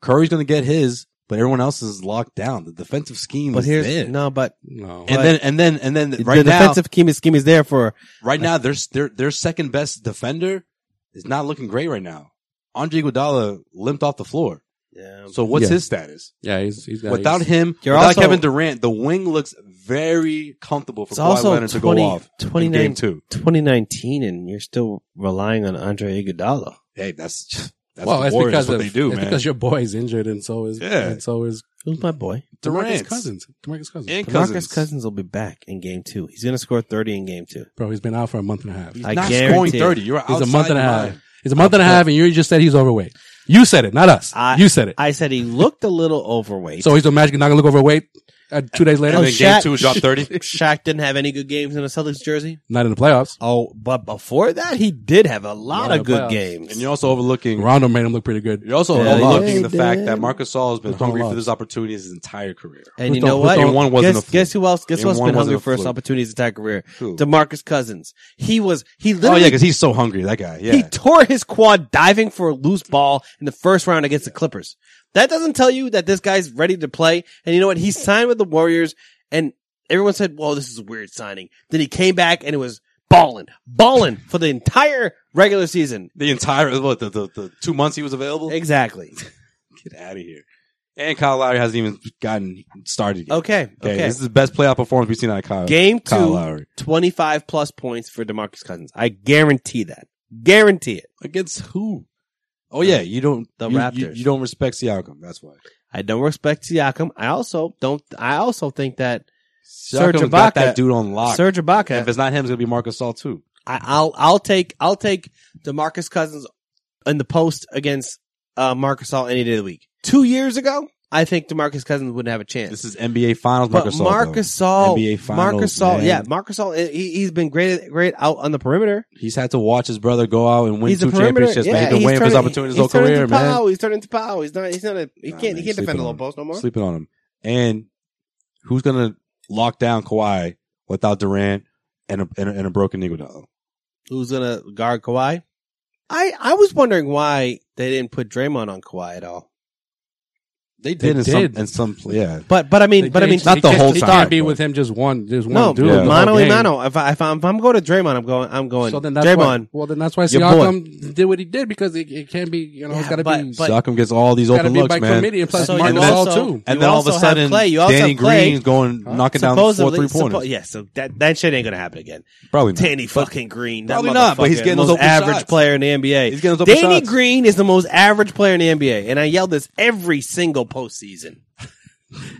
Curry's going to get his, but everyone else is locked down. The defensive scheme
But
is
here's
there.
no. But
no.
and
but-
then and then and then
the
right now,
defensive scheme is, scheme is there for
right now their their their second best defender is not looking great right now. Andre Iguodala limped off the floor.
yeah,
So what's
Yeah.
his status?
yeah, he's, he's got,
Without
he's,
him,
You're
without
also-
Kevin Durant, the wing looks very comfortable for
It's
Kawhi
also
Leonard to
20
go off in
29
game two.
2019, and you're still relying on Andre Iguodala.
Hey, that's that's
well,
the
it's
Warriors.
because
that's what
of,
they do,
it's
man.
because your boy's injured, and so is
Yeah.
and so is
Who's my boy?
Durant's
Durant
cousins. Demarcus cousins.
and
Marcus
Cousins.
Cousins will be back in game two. He's going to score 30 in game two.
Bro, he's been out for a month and a half.
I
not
guarantee
scoring
it.
thirty. You're
He's
outside
a month and a
your
half.
mind.
He's a month and a half, and you just said he's overweight. You said it, not us.
I-
you said it.
I said he looked a little overweight.
so he's a magic not gonna look overweight uh, two days later,
Oh,
And then game two dropped 30?
Shaq didn't have any good games in a Celtics jersey.
not in the playoffs.
Oh, but before that, he did have a lot
Yeah,
of good
playoffs.
games.
And you're also overlooking.
Rondo made him look pretty good.
You're also
Yeah, they
overlooking
did.
the fact that Marcus Gasol has been
Hold
hungry
on.
for this opportunity his entire career.
And you
Who's
know
the-
what?
who's the-
And one wasn't a
guess,
fluke.
guess who else? Guess
And
who else
one
been
wasn't
hungry
a
for his
fluke.
opportunities his entire career?
Who?
DeMarcus Cousins. He was. He
Oh
literally.
yeah, because he's so hungry. That guy. Yeah.
He tore his quad diving for a loose ball in the first round against the Clippers. That doesn't tell you that this guy's ready to play. And you know what? He signed with the Warriors, and everyone said, "Well, this is a weird signing." Then he came back and it was balling, balling for the entire regular season.
the entire what, the, the the two months he was available.
Exactly.
Get out of here. And Kyle Lowry hasn't even gotten started yet.
Okay.
Okay,
Okay.
this is the best playoff performance we've seen out of Kyle.
Game
Kyle
two,
Lowry
25 plus points for DeMarcus Cousins. I guarantee that. Guarantee it.
against who? Oh yeah, you don't
The
you- you- You,
Raptors.
don't respect Siakam. That's why.
I don't respect Siakam. I also don't. I also think that Serge
Siakam's got
Ibaka-
that dude on lock.
Serge Ibaka.
if it's not him, it's gonna be Marcus Gasol too.
I, I'll I'll take I'll take DeMarcus Cousins in the post against uh, Marcus All any day of the week. Two years ago, I think DeMarcus Cousins wouldn't have a chance.
This is NBA Finals.
but
Marcus,
Marcus
All
All,
NBA Finals.
Marcus All,
man.
yeah, Marcus All, he, he's been great great out on the perimeter.
he's had to watch his brother go out and win
he's
two
a perimeter.
championships.
yeah,
man. He's been
he's
waiting for his
turning-
opportunity his
he's
whole
turning
career,
into
man.
Pow. He's turning into pow. He's not. He's not a. He
Nah,
can't.
man,
he can't
sleeping
defend the low
on him.
post no more.
Sleeping on him. And who's gonna lock down Kawhi without Durant and a, and a, and a broken Iguodala?
Who's gonna guard Kawhi? I I was wondering why they didn't put Draymond on Kawhi at all.
They did, in,
did.
Some, in some, yeah.
But but I mean,
They
but I mean,
changed-
not
he
the
can't-
whole
he
time,
can't be
but-
with him just one. There's one
no,
dude.
dude,
the whole
mano y
game.
mano. If I if I'm, if I'm going to Draymond, I'm going. I'm going.
So then that's why,
Draymond.
well, then that's why
your boy.
Siakam did what he did because it, it can't be. You know, it's
Yeah,
got to
but-
be.
but-
Siakam gets all these
gotta
open
be
looks,
by
man.
committee and plus
So you
Marcus
also-
All too.
And
You
then all of a
also have
sudden,
Clay. You also
Danny
have Clay.
Green's going knocking down four
Supposedly,
three pointers.
suppo- yeah, so that that shit ain't gonna happen again.
Probably not.
Danny fucking Green. That
Probably not, but he's
motherfucker,
getting those
most
open
average
shots.
player in the NBA.
He's getting those open
Danny
shots.
Green is the most average player in the NBA, and I yell this every single postseason.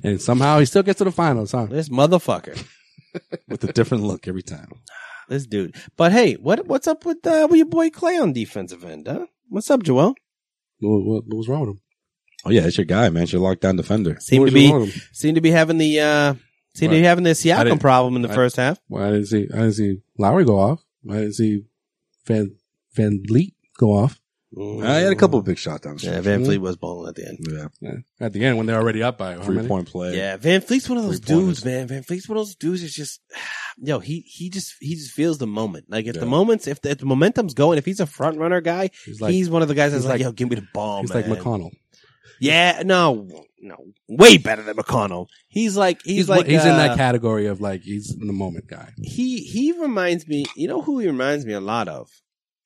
And somehow he still gets to the finals, huh?
This motherfucker,
with a different look every time.
this dude. But hey, what what's up with uh, with your boy Clay on defensive end? Huh? What's up, Joel?
What, what, what was wrong with him?
Oh yeah, it's your guy, man. It's your lockdown defender.
Seem
What
to
was
be
wrong with him?
seem to be having the uh seem to be
Right.
having the
I
Siakam
didn't-
problem in the
I-
first half.
Well, I didn't see. I didn't see Lowry go off. I didn't see Van Van Leet go off
Mm. I had a couple of big shots down. the
Yeah,
stretch.
Van Fleet was balling at the end.
Yeah,
Yeah. at the end when they're already up by how
three
many?
point play.
Yeah, Van Fleet's one of those
Three-pointers.
dudes, man. Van Fleet's one of those dudes that's just, yo, he he just he just feels the moment. Like if
Yeah.
the moments, if the, if the momentum's going, if he's a front runner guy,
He's
he's,
like-
one of the guys that's
he's
like,
like-
yo, give me the ball,
He's like
man.
McConnell.
Yeah, no, no, way better than McConnell. He's like he's,
one-
like
he's in that
uh,
category of like he's in the moment guy.
he he reminds me. You know who he reminds me a lot of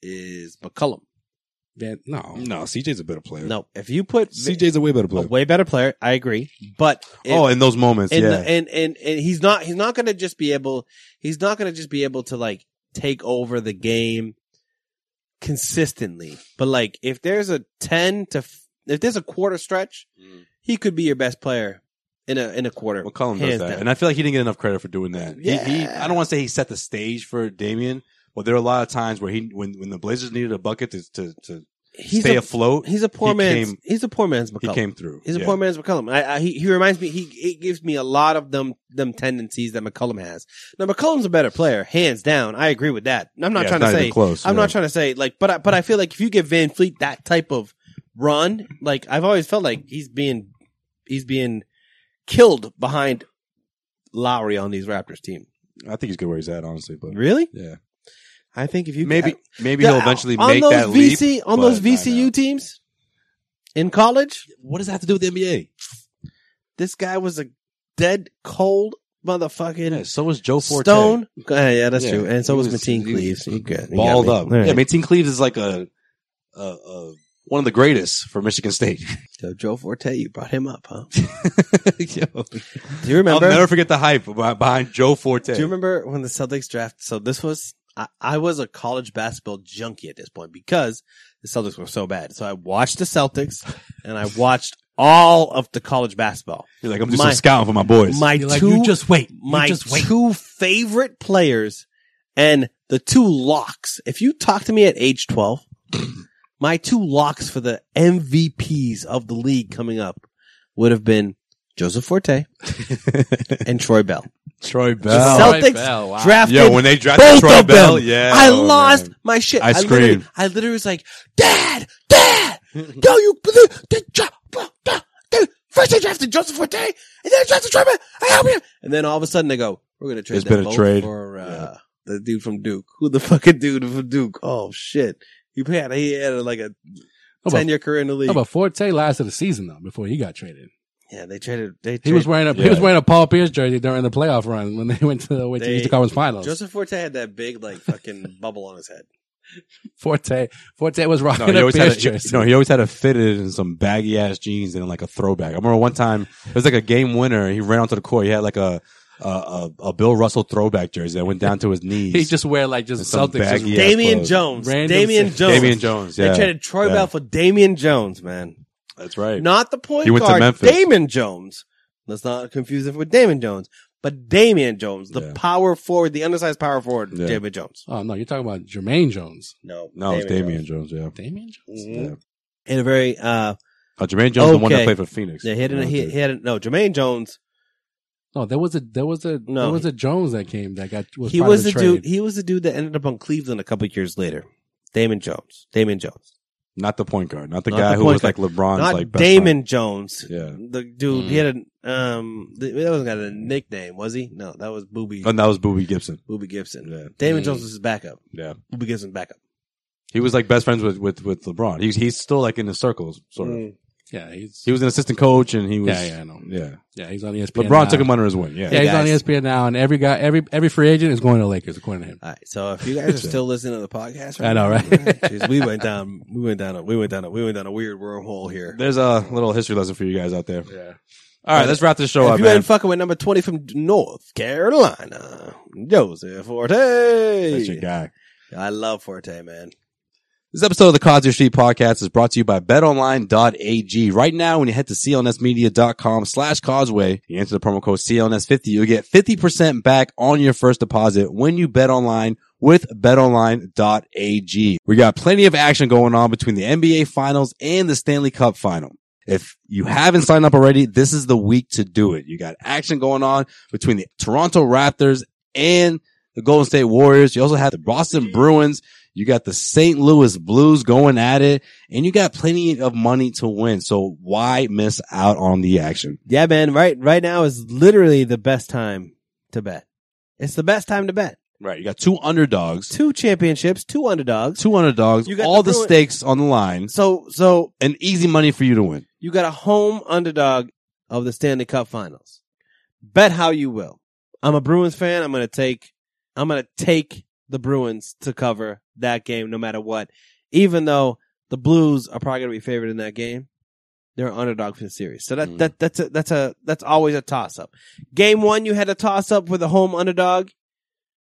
is McCullum.
Van, no,
Um, No, CJ's a better player.
No, if you put
CJ's a way better player.
a way better player, I agree, but if-
oh, in those moments,
and,
yeah.
and and and he's not he's not gonna just be able he's not gonna just be able to like take over the game consistently. But like if there's a ten to f- if there's a quarter stretch, he could be your best player in a in a quarter.
McCollum does
hands
that,
down.
and I feel like he didn't get enough credit for doing that. He- He,
Yeah.
I don't want to say he set the stage for Damian, but there are a lot of times where he, when when the Blazers needed a bucket to to, to
he's
stay
a,
afloat,
he's a poor
he
man's
came-
he's a poor man's
he
McCollum.
came through.
He's a
Yeah.
poor man's McCollum. I, I, he, he reminds me. He it gives me a lot of them them tendencies that McCollum has. Now McCollum's a better player, hands down. I agree with that. I'm not
Yeah,
trying
it's
to
not
say
even close,
I'm
yeah.
not trying to say like, but I, but I feel like if you give Van Fleet that type of run, like I've always felt like he's being he's being killed behind Lowry on these Raptors team.
I think he's good where he's at, honestly. But
Really?
yeah,
I think if you
maybe maybe
Yeah,
he'll eventually
on
make
those
that
VC
leap.
on
but
those
not now.
VCU teams in college.
What does that have to do with the NBA?
This guy was a dead cold motherfucking
Yeah, so was Joe Forte.
Stone. Uh, yeah, that's
Yeah,
true. And so
he
was,
was-
Mateen
he
Cleaves.
was
You good. You
balled
got me.
up.
All right.
Yeah, Mateen Cleaves is like a, a, a one of the greatest for Michigan State.
So Joe Forte, you brought him up, huh?
Yo.
Do you remember?
I'll never forget the hype beh- behind Joe Forte.
do you remember when the Celtics draft? So this was I, I was a college basketball junkie at this point because the Celtics were so bad. So I watched the Celtics and I watched all of the college basketball.
You're like, I'm doing
My-
some scouting for my boys.
My
You're like,
two,
you just wait. You
my
just wait.
two favorite players and the two locks. If you talk to me at age 12, my two locks for the MVPs of the league coming up would have been Joseph Forte and Troy Bell.
Troy
Troy
Celtics
Bell, Oh, wow.
drafted
Yo, when they drafted
both
Troy
of
Bell,
them.
yeah,
I
oh,
lost
man.
my shit.
I
Literally,
screamed.
I literally was like, Dad, Dad, don't you believe they dra- bro, bro, they- First they drafted Joseph Forte, and then they drafted Troy Bell. I help you. And then all of a sudden they go, "We're gonna trade."
It's
them
been a
both
trade.
for uh,
Yeah.
the dude from Duke. Who the fucking dude from Duke? Oh shit, he had he had uh, like a
about-
ten year career in the league.
How about Forte lasted a season though before he got traded.
yeah, they traded. They
He was
traded-
wearing a he
Yeah.
was wearing a Paul Pierce jersey during the playoff run when they went to the went to
They-
Eastern Conference Finals.
Joseph Forte had that big like fucking bubble on his head.
Forte Forte was
No,
rocking
he
a
always
Pierce
had a,
jersey.
no, he always had a fitted in some baggy ass jeans and like a throwback. I remember one time it was like a game winner. He ran onto the court. He had like a a, a, a Bill Russell throwback jersey that went down to his knees.
he just wear like
And
just
some
Celtics. just-
baggy- Yeah,
Damian
close.
Jones.
Random
Damian
six-
Jones.
Damian Jones. Yeah,
They traded Troy
Yeah.
Bell for Damian Jones, man.
That's right.
Not the point
He went to
guard,
Memphis.
Damon Jones. Let's not confuse him with Damon Jones, but Damian Jones, the
Yeah.
power forward, the undersized power forward,
Yeah.
Damian Jones.
Oh no, you're talking about Jermaine Jones.
No,
no, it's Damian Jones. Yeah.
Damian Jones.
Yeah.
In a very, uh,
Oh, Jermaine Jones, the one that
Okay.
played for Phoenix.
yeah, he had,
Yeah,
an, he,
dude.
he had, an, no, Jermaine Jones.
No, there was a there was a
No,
there was
he-
a Jones that came that got was
he
part
was
of the,
the,
trade.
dude. He was the dude that ended up on Cleveland a couple of years later. Damon Jones. Damon Jones.
not the point guard, not the
Not
guy
the
who
point
was like LeBron's
Not
like best
Damon Jones.
Yeah.
The dude. He had
Mm.
a um. th- That wasn't got a nickname, was he? No, that was Booby.
friend. And that was Booby Gibson.
Booby Gibson.
Yeah.
Mm.
Damon Jones was his backup.
Yeah,
Booby Gibson backup. Mm.
he was like best friends with with with LeBron. He's he's still like in the circles, sort of.
Yeah, he's
He was an assistant coach, and he was.
Yeah, yeah, I know.
yeah.
yeah he's on E ESPN.
LeBron
now.
took him under his wing. Yeah,
uh, Yeah, he's
guys.
on E ESPN now, and every guy, every every free agent is going to the Lakers, according to him.
All right, so if you guys are still listening to the podcast,
I know, right?
Jeez, we went down, we went down, a, we went down, a, we went down a weird wormhole here.
there's a little history lesson for you guys out there. Uh, Yeah. All right, let's wrap this show
if
up,
you
man.
ain't fucking with number twenty from North Carolina, Joseph Forte.
That's your guy.
I love Forte, man.
This episode of the Cosby Street Podcast is brought to you by betonline.ag. Right now, when you head to clnsmedia.com slash causeway, you enter the promo code CLNS50, you'll get 50% back on your first deposit when you bet online with betonline.ag. We got plenty of action going on between the NBA finals and the Stanley Cup final. If you haven't signed up already, this is the week to do it. You got action going on between the Toronto Raptors and the Golden State Warriors. You also have the Boston Bruins. You got the St. Louis Blues going at it and you got plenty of money to win. So why miss out on the action?
Yeah, man. Right, right now is literally the best time to bet. It's the best time to bet.
Right. You got two underdogs,
Two championships, two underdogs.
two underdogs,
You got
all
the
the,
Bruins-
stakes on the line
So, so
and easy money for you to win.
You got a home underdog of the Stanley Cup Finals. Bet how you will. I'm a Bruins fan. I'm gonna take. I'm gonna take the Bruins to cover that game, no matter what. Even though the Blues are probably gonna be favored in that game, they're an underdog for the series. So that
Mm.
that that's a that's a that's always a toss up. Game one, you had a toss up with a home underdog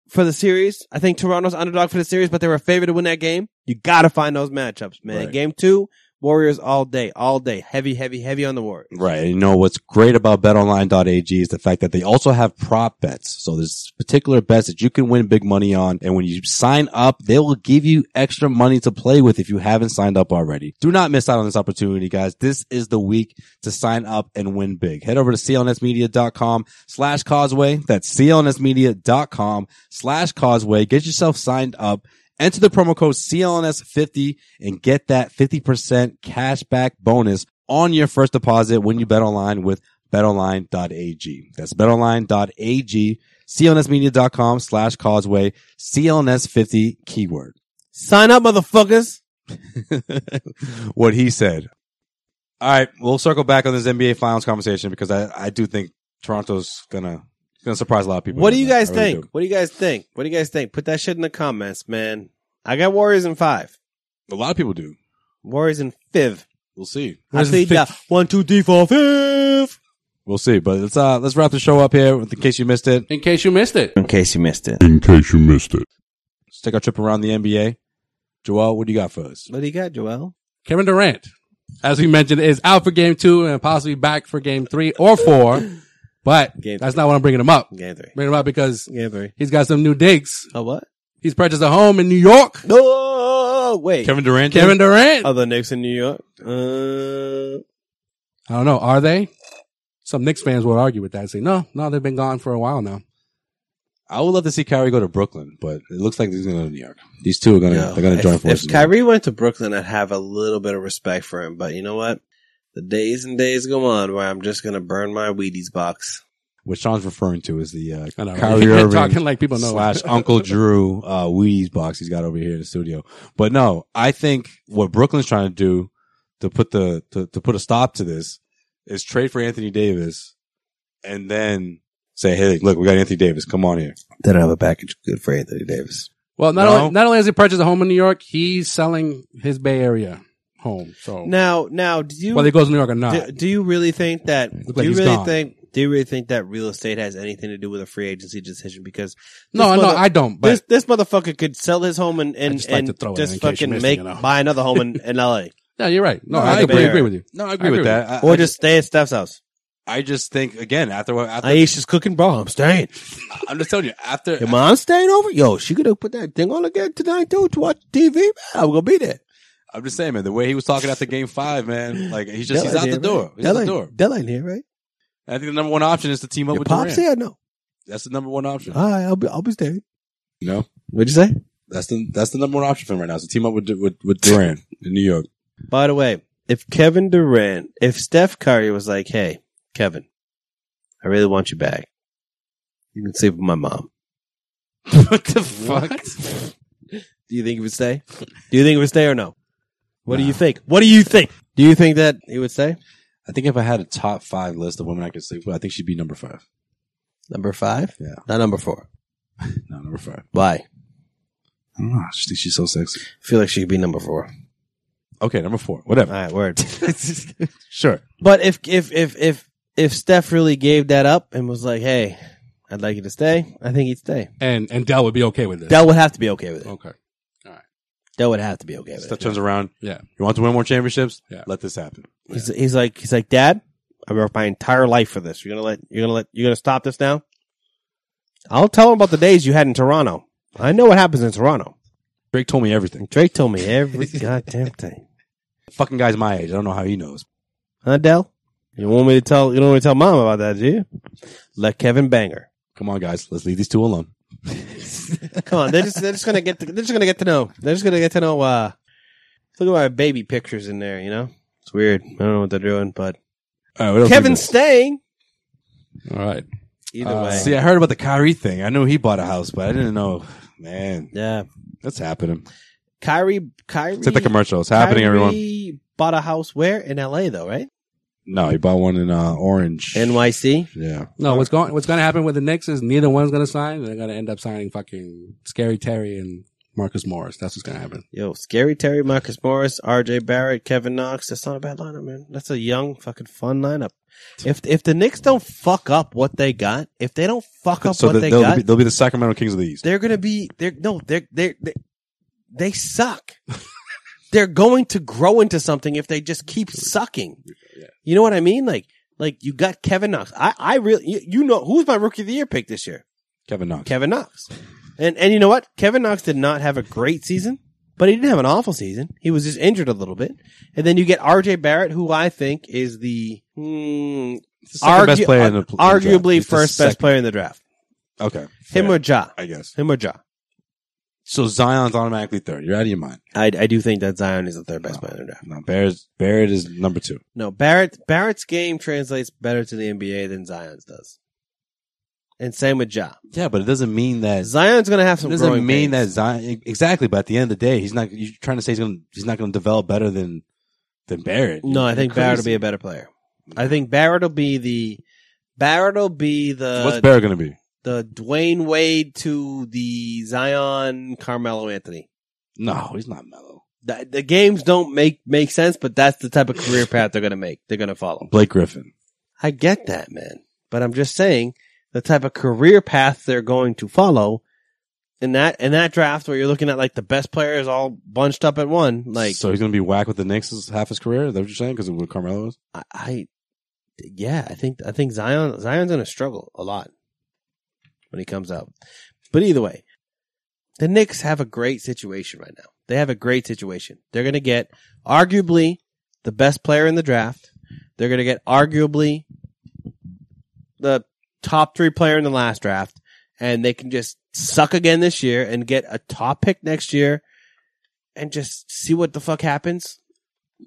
for the series. I think Toronto's underdog for the series, but they were favored to win that game. You gotta find those matchups, man.
Right.
Game two, Warriors all day, all day. Heavy, heavy, heavy on the Warriors.
Right. And you know what's great about betonline.ag is the fact that they also have prop bets. So there's particular bets that you can win big money on. And when you sign up, they will give you extra money to play with if you haven't signed up already. Do not miss out on this opportunity, guys. This is the week to sign up and win big. Head over to clnsmedia.com slash causeway. That's clnsmedia.com slash causeway. Get yourself signed up. Enter the promo code CLNS50 and get that 50% cashback bonus on your first deposit when you bet online with betonline.ag. That's betonline.ag, clnsmedia.com slash causeway, CLNS50 keyword.
Sign up, motherfuckers.
what he said. All right, we'll circle back on this NBA Finals conversation because I, I do think Toronto's gonna gonna surprise a lot of people.
What do you guys
I really
think?
do.
What do you guys think? What do you guys think? Put that shit in the comments, man. I got Warriors in five.
A lot of people do.
Warriors in five.
We'll see.
I see ya. One, two, three, four, five.
We'll see. But let's uh let's wrap the show up here in case you missed it.
In case you missed it,
In case you missed it.
In case you missed it.
Let's take our trip around the NBA. Joel, what do you got for us?
What do you got, Joel?
Kevin Durant, as we mentioned, is out for game two and possibly back for game three or four. But
Game
that's not what I'm bringing him up.
Game three.
Bringing him up because
Game three.
he's got some new digs.
Oh, what?
He's purchased a home in New York.
No, wait.
Kevin Durant.
Kevin Durant.
Are the Knicks in New York? Uh,
I don't know. Are they? Some Knicks fans would argue with that and say, no, no, they've been gone for a while now.
I would love to see Kyrie go to Brooklyn, but it looks like he's going to New York. These two are going to
No.
they're going to join
if,
forces.
If Kyrie went to Brooklyn, I'd have a little bit of respect for him. But you know what? The days and days go on where I'm just gonna burn my Wheaties box.
what Sean's referring to is the uh,
I know. right?
Kyrie Irving
talking like people know.
slash Uncle Drew uh, Wheaties box he's got over here in the studio. But no, I think what Brooklyn's trying to do to put the to, to put a stop to this is trade for Anthony Davis, and then say, hey, look, we got Anthony Davis, come on here.
Then I have a package good for Anthony Davis.
Well, not
No.
only not only has he purchased a home in New York, he's selling his Bay Area home. So
Now, now, do you
whether he goes to New York or not,
do, do you really think that? Do
Look like
you
he's
really
gone.
think? Do you really think that real estate has anything to do with a free agency decision? Because
no,
this
no,
mother-
I don't. But
this this motherfucker could sell his home and and,
just like
and
to throw it in in
just
case you
fucking
missed it,
make
you know.
buy another home in, in L.A.
no, you're right. No,
No,
I,
I
completely
agree.
agree with you.
No, I
agree with
that. I-
or
I
just stay at Steph's house.
I just think again after what after
Aisha's cooking, bro. I'm staying.
I'm just telling you after
Your mom's staying over? Yo, she gonna put that thing on again tonight too to watch TV. Man, I'm gonna be there.
I'm just saying, man. The way he was talking after Game Five, man, like he's just he's out the door. He's out the door.
Dell ain't here, right?
I think the number one option is to team up
Your
with
pops
Durant.
here? Oh, No.
That's the number one option.
All right, I'll be, I'll be staying.
You know,
What'd you say?
that's the that's the number one option for him right now. So team up with Du- with, with Durant in New York.
By the way, if Kevin Durant, if Steph Curry was like, "Hey, Kevin, I really want you back. You can sleep with my mom."
what the fuck?
Do you think he would stay? Do you think he would stay or no? What do you think? What do you think? Do you think that he would say
I think if I had a top five list of women I could sleep with, I think she'd be number five.
number five?
Yeah.
not number four.
No, number five.
Why?
I don't know. I just think she's so sexy.
I feel like she could be number four.
Okay, number four.
All
Whatever.
right, word.
Sure.
but if if if if if Steph really gave that up and was like, "Hey, I'd like you to stay," I think he'd stay.
And and Dell would be okay with this.
Dell would have to be okay with it.
Okay.
Dell would have to be okay with
Steph
it.
turns around.
Yeah.
You want to win more championships?
Yeah.
Let this happen.
He's, he's like he's like, "Dad, I worked my entire life for this. You're gonna let you're gonna let you're gonna stop this now." I'll tell him about the days you had in Toronto. I know what happens in Toronto.
Drake told me everything.
Drake told me every goddamn thing.
Fucking guy's my age. I don't know how he knows.
Huh, Dell? You want me to tell you don't want me to tell mom about that, do you? Let Kevin bang her.
Come on, guys. Let's leave these two alone.
Come on, they're just they're just gonna get to, they're just gonna get to know they're just gonna get to know. Uh, look at my baby pictures in there. You know, it's weird. I don't know what they're doing, but
All right, what else we
Kevin's
got?
staying
All right.
either
Uh,
way.
See, I heard about the Kyrie thing. I knew he bought a house, but I didn't know. Man,
yeah,
that's happening.
Kyrie, Kyrie,
It's like the commercial. It's happening, everyone.
Kyrie Bought a house where in L.A. though, right?
No, he bought one in uh, Orange.
NYC.
yeah.
No, what's going what's going to happen with the Knicks is neither one's going to sign. and They're going to end up signing fucking Scary Terry and Marcus Morris. That's what's going to happen.
Yo, scary Terry, Marcus Morris, R.J. Barrett, Kevin Knox. That's not a bad lineup, man. That's a young, fucking fun lineup. If if the Knicks don't fuck up what they got, if they don't fuck up
So
what
the,
they
they'll,
got,
be, they'll be the Sacramento Kings of the East.
they're gonna be they're no they're they're they, they suck they're going to grow into something if they just keep sucking you know what i mean like like you got kevin knox i i really you, you know who's my rookie of the year pick this year
Kevin Knox.
kevin knox and and you know what kevin knox did not have a great season but he didn't have an awful season he was just injured a little bit and then you get rj barrett who i think is the hmm,
He's the second best
argu-
player in the, in the draft.
arguably
He's the
first best
second-
player in the draft
Okay.
him
Fair,
or ja
I guess.
him or ja
So Zion's automatically third. You're out of your mind.
I, I do think that Zion is the third best player in the draft.
No, Barrett's, Barrett is number two.
No, Barrett Barrett's game translates better to the NBA than Zion's does. And same with Ja.
Yeah, but it doesn't mean that
Zion's gonna have
It
some.
doesn't
growing
mean that
pains.
Zion e, exactly, but at the end of the day, he's not. You're trying to say he's going. He's not going to develop better than than Barrett.
No, I think Barrett will be a better player. I think Barrett will be the Barrett will be the
What's Barrett going to be?
the Dwayne Wade to the Zion Carmelo Anthony.
No, he's not mellow.
The, the games don't make make sense, but that's the type of career path they're gonna make. They're gonna follow.
Blake Griffin.
I get that, man. But I'm just saying the type of career path they're going to follow in that in that draft where you're looking at like the best players all bunched up at one. Like
so he's going to be whack with the Knicks his- half his career. Is that what you're saying? Because of what Carmelo is.
I, I, yeah, I think I think Zion Zion's going to struggle a lot when he comes out. But either way, the Knicks have a great situation right now. They have a great situation. They're going to get arguably the best player in the draft. They're going to get arguably the top three player in the last draft, and they can just suck again this year and get a top pick next year, and just see what the fuck happens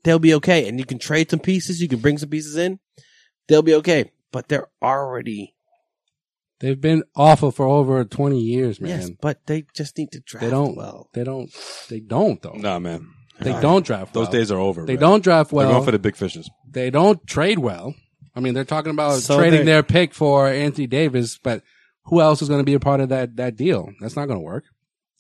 they'll be okay. And you can trade some pieces, you can bring some pieces in, they'll be okay. But they're already
They've been awful for over 20 years, man.
yes, but they just need to draft
they don't
well.
They don't they don't though.
No, man.
They
Nah.
don't draft
Those
well.
days are over.
They
man.
don't draft
They're
well.
going for the big fishes.
they don't trade well. I mean, they're talking about
So
trading
they're-
their pick for Anthony Davis, but who else is going to be a part of that that deal? That's not going to work.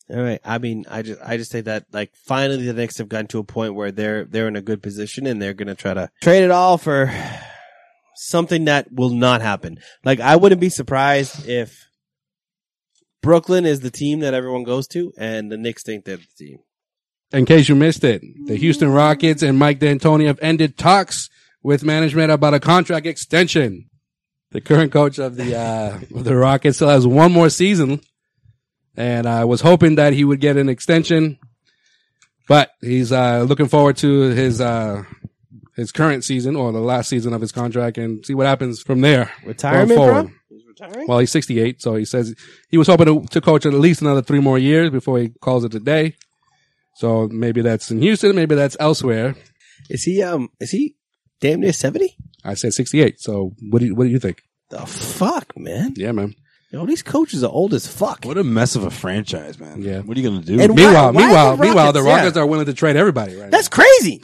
All right. I mean, I just I just say that like finally the Knicks have gotten to a point where they're they're in a good position and they're gonna try to trade it all for something that will not happen. Like I wouldn't be surprised if Brooklyn is the team that everyone goes to and the Knicks think they're the team.
In case you missed it, the Houston Rockets and Mike D'Antoni have ended talks with management about a contract extension. The current coach of the uh, of the Rockets still has one more season, and I was hoping that he would get an extension, but he's uh, looking forward to his uh, his current season or the last season of his contract and see what happens from there. going
Retirement,
forward.
bro? He's retiring?
Well, he's 68, so he says he was hoping to, to coach at least another three more years before he calls it a day. So maybe that's in Houston, maybe that's elsewhere.
Is he um is he damn near seventy?
I said 68. So what do you, what do you think?
The fuck, man.
Yeah, man.
Yo, these coaches are old as fuck.
What a mess of a franchise, man.
Yeah.
What are you going to do?
And
Meanwhile,
why- why
meanwhile,
the
meanwhile, the
Rockets?
Rockets
Yeah.
are willing to trade everybody right
That's crazy.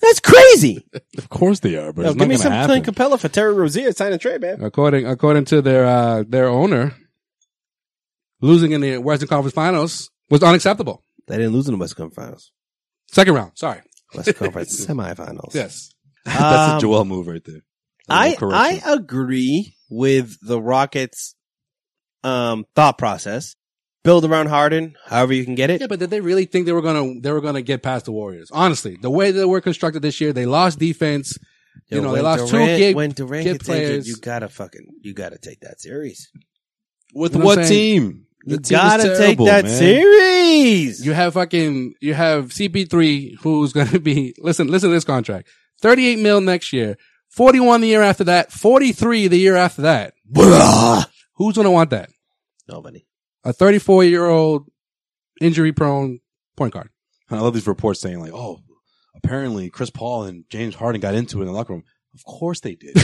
That's crazy.
of course they are, but
Yo,
it's not
give me
going to
some
happen.
Clint Capella for Terry Rozier sign a trade, man.
now. According according to their uh, their owner, losing in the Western Conference Finals was unacceptable.
They didn't lose in the West Conference Finals.
Second round, sorry.
West Conference semifinals.
Yes.
That's
Um,
a Joel move right there.
I
Correction.
I agree with the Rockets' um, thought process. Build around Harden, however you can get it.
Yeah, but did they really think they were gonna they were gonna get past the Warriors? Honestly, the way they were constructed this year, they lost defense.
Yo,
you know, they
when
lost two
Durant-
gig,
when Durant
gig
gets injured,
players.
you gotta fucking you gotta take that series.
With
You know what
what
I'm
team? The
You
team is
gotta
terrible,
take that
man.
series.
You have fucking you have CP3 who's going to be listen listen to this contract. 38 mil next year, 41 the year after that, 43 the year after that.
Blah.
Who's going to want that?
Nobody.
A 34-year-old injury prone point guard.
I love these reports saying like, "Oh, apparently Chris Paul and James Harden got into it in the locker room." Of course they did.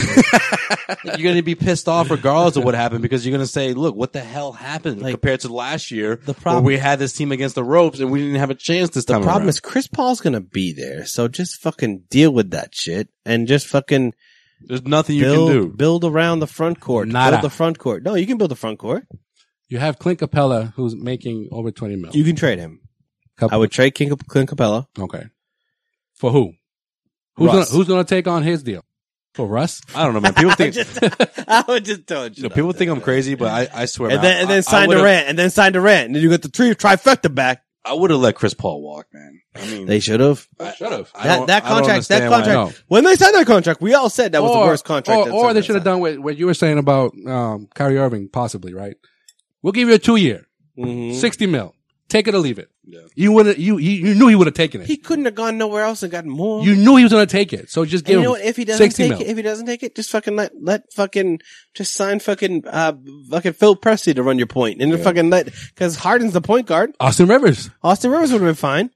you're going to be pissed off regardless of what happened because you're going to say, "Look, what the hell happened
Like,
compared to last year
the problem-
where we had this team against the ropes and we didn't have a chance this time
The problem
around."
is Chris Paul's gonna be there, so just fucking deal with that shit and just fucking
There's nothing you
build
can do.
build around the front court.
Nada.
Build the front court. No, you can build the front court.
You have Clint Capella who's making over 20 mil.
You can trade him. I would trade King Clint Capella
Okay. For who? Who's gonna,
Russ.
who's going to take on his deal? For Russ?
I don't know, man. People think
I would just don't.
you know, people think I'm crazy, but I, I swear.
And
man,
then, and
I- I
then sign
would've-
Durant, and then sign Durant, and then you got the three trifecta back.
I would have let Chris Paul walk, man. I mean,
They should have.
should have.
That, that contract, that
why-
contract.
No.
When they signed that contract, we all said that was the worst contract.
Or,
that
or they
somebody
should have
signed.
done what, what you were saying about um, Kyrie Irving, possibly, right? We'll give you a two year,
Mhm.
60 mil. Take it or leave it.
Yeah.
You would you, you you knew he would have taken it.
He couldn't have gone nowhere else and gotten more.
you knew he was going to take it. So just
and
give
you know
him
what? If he doesn't
60
take
mil.
it, if he doesn't take it, just fucking let let fucking just sign fucking uh fucking Phil Presley to run your point, and then fucking let because Harden's the point guard.
Austin Rivers.
Austin Rivers would have been fine.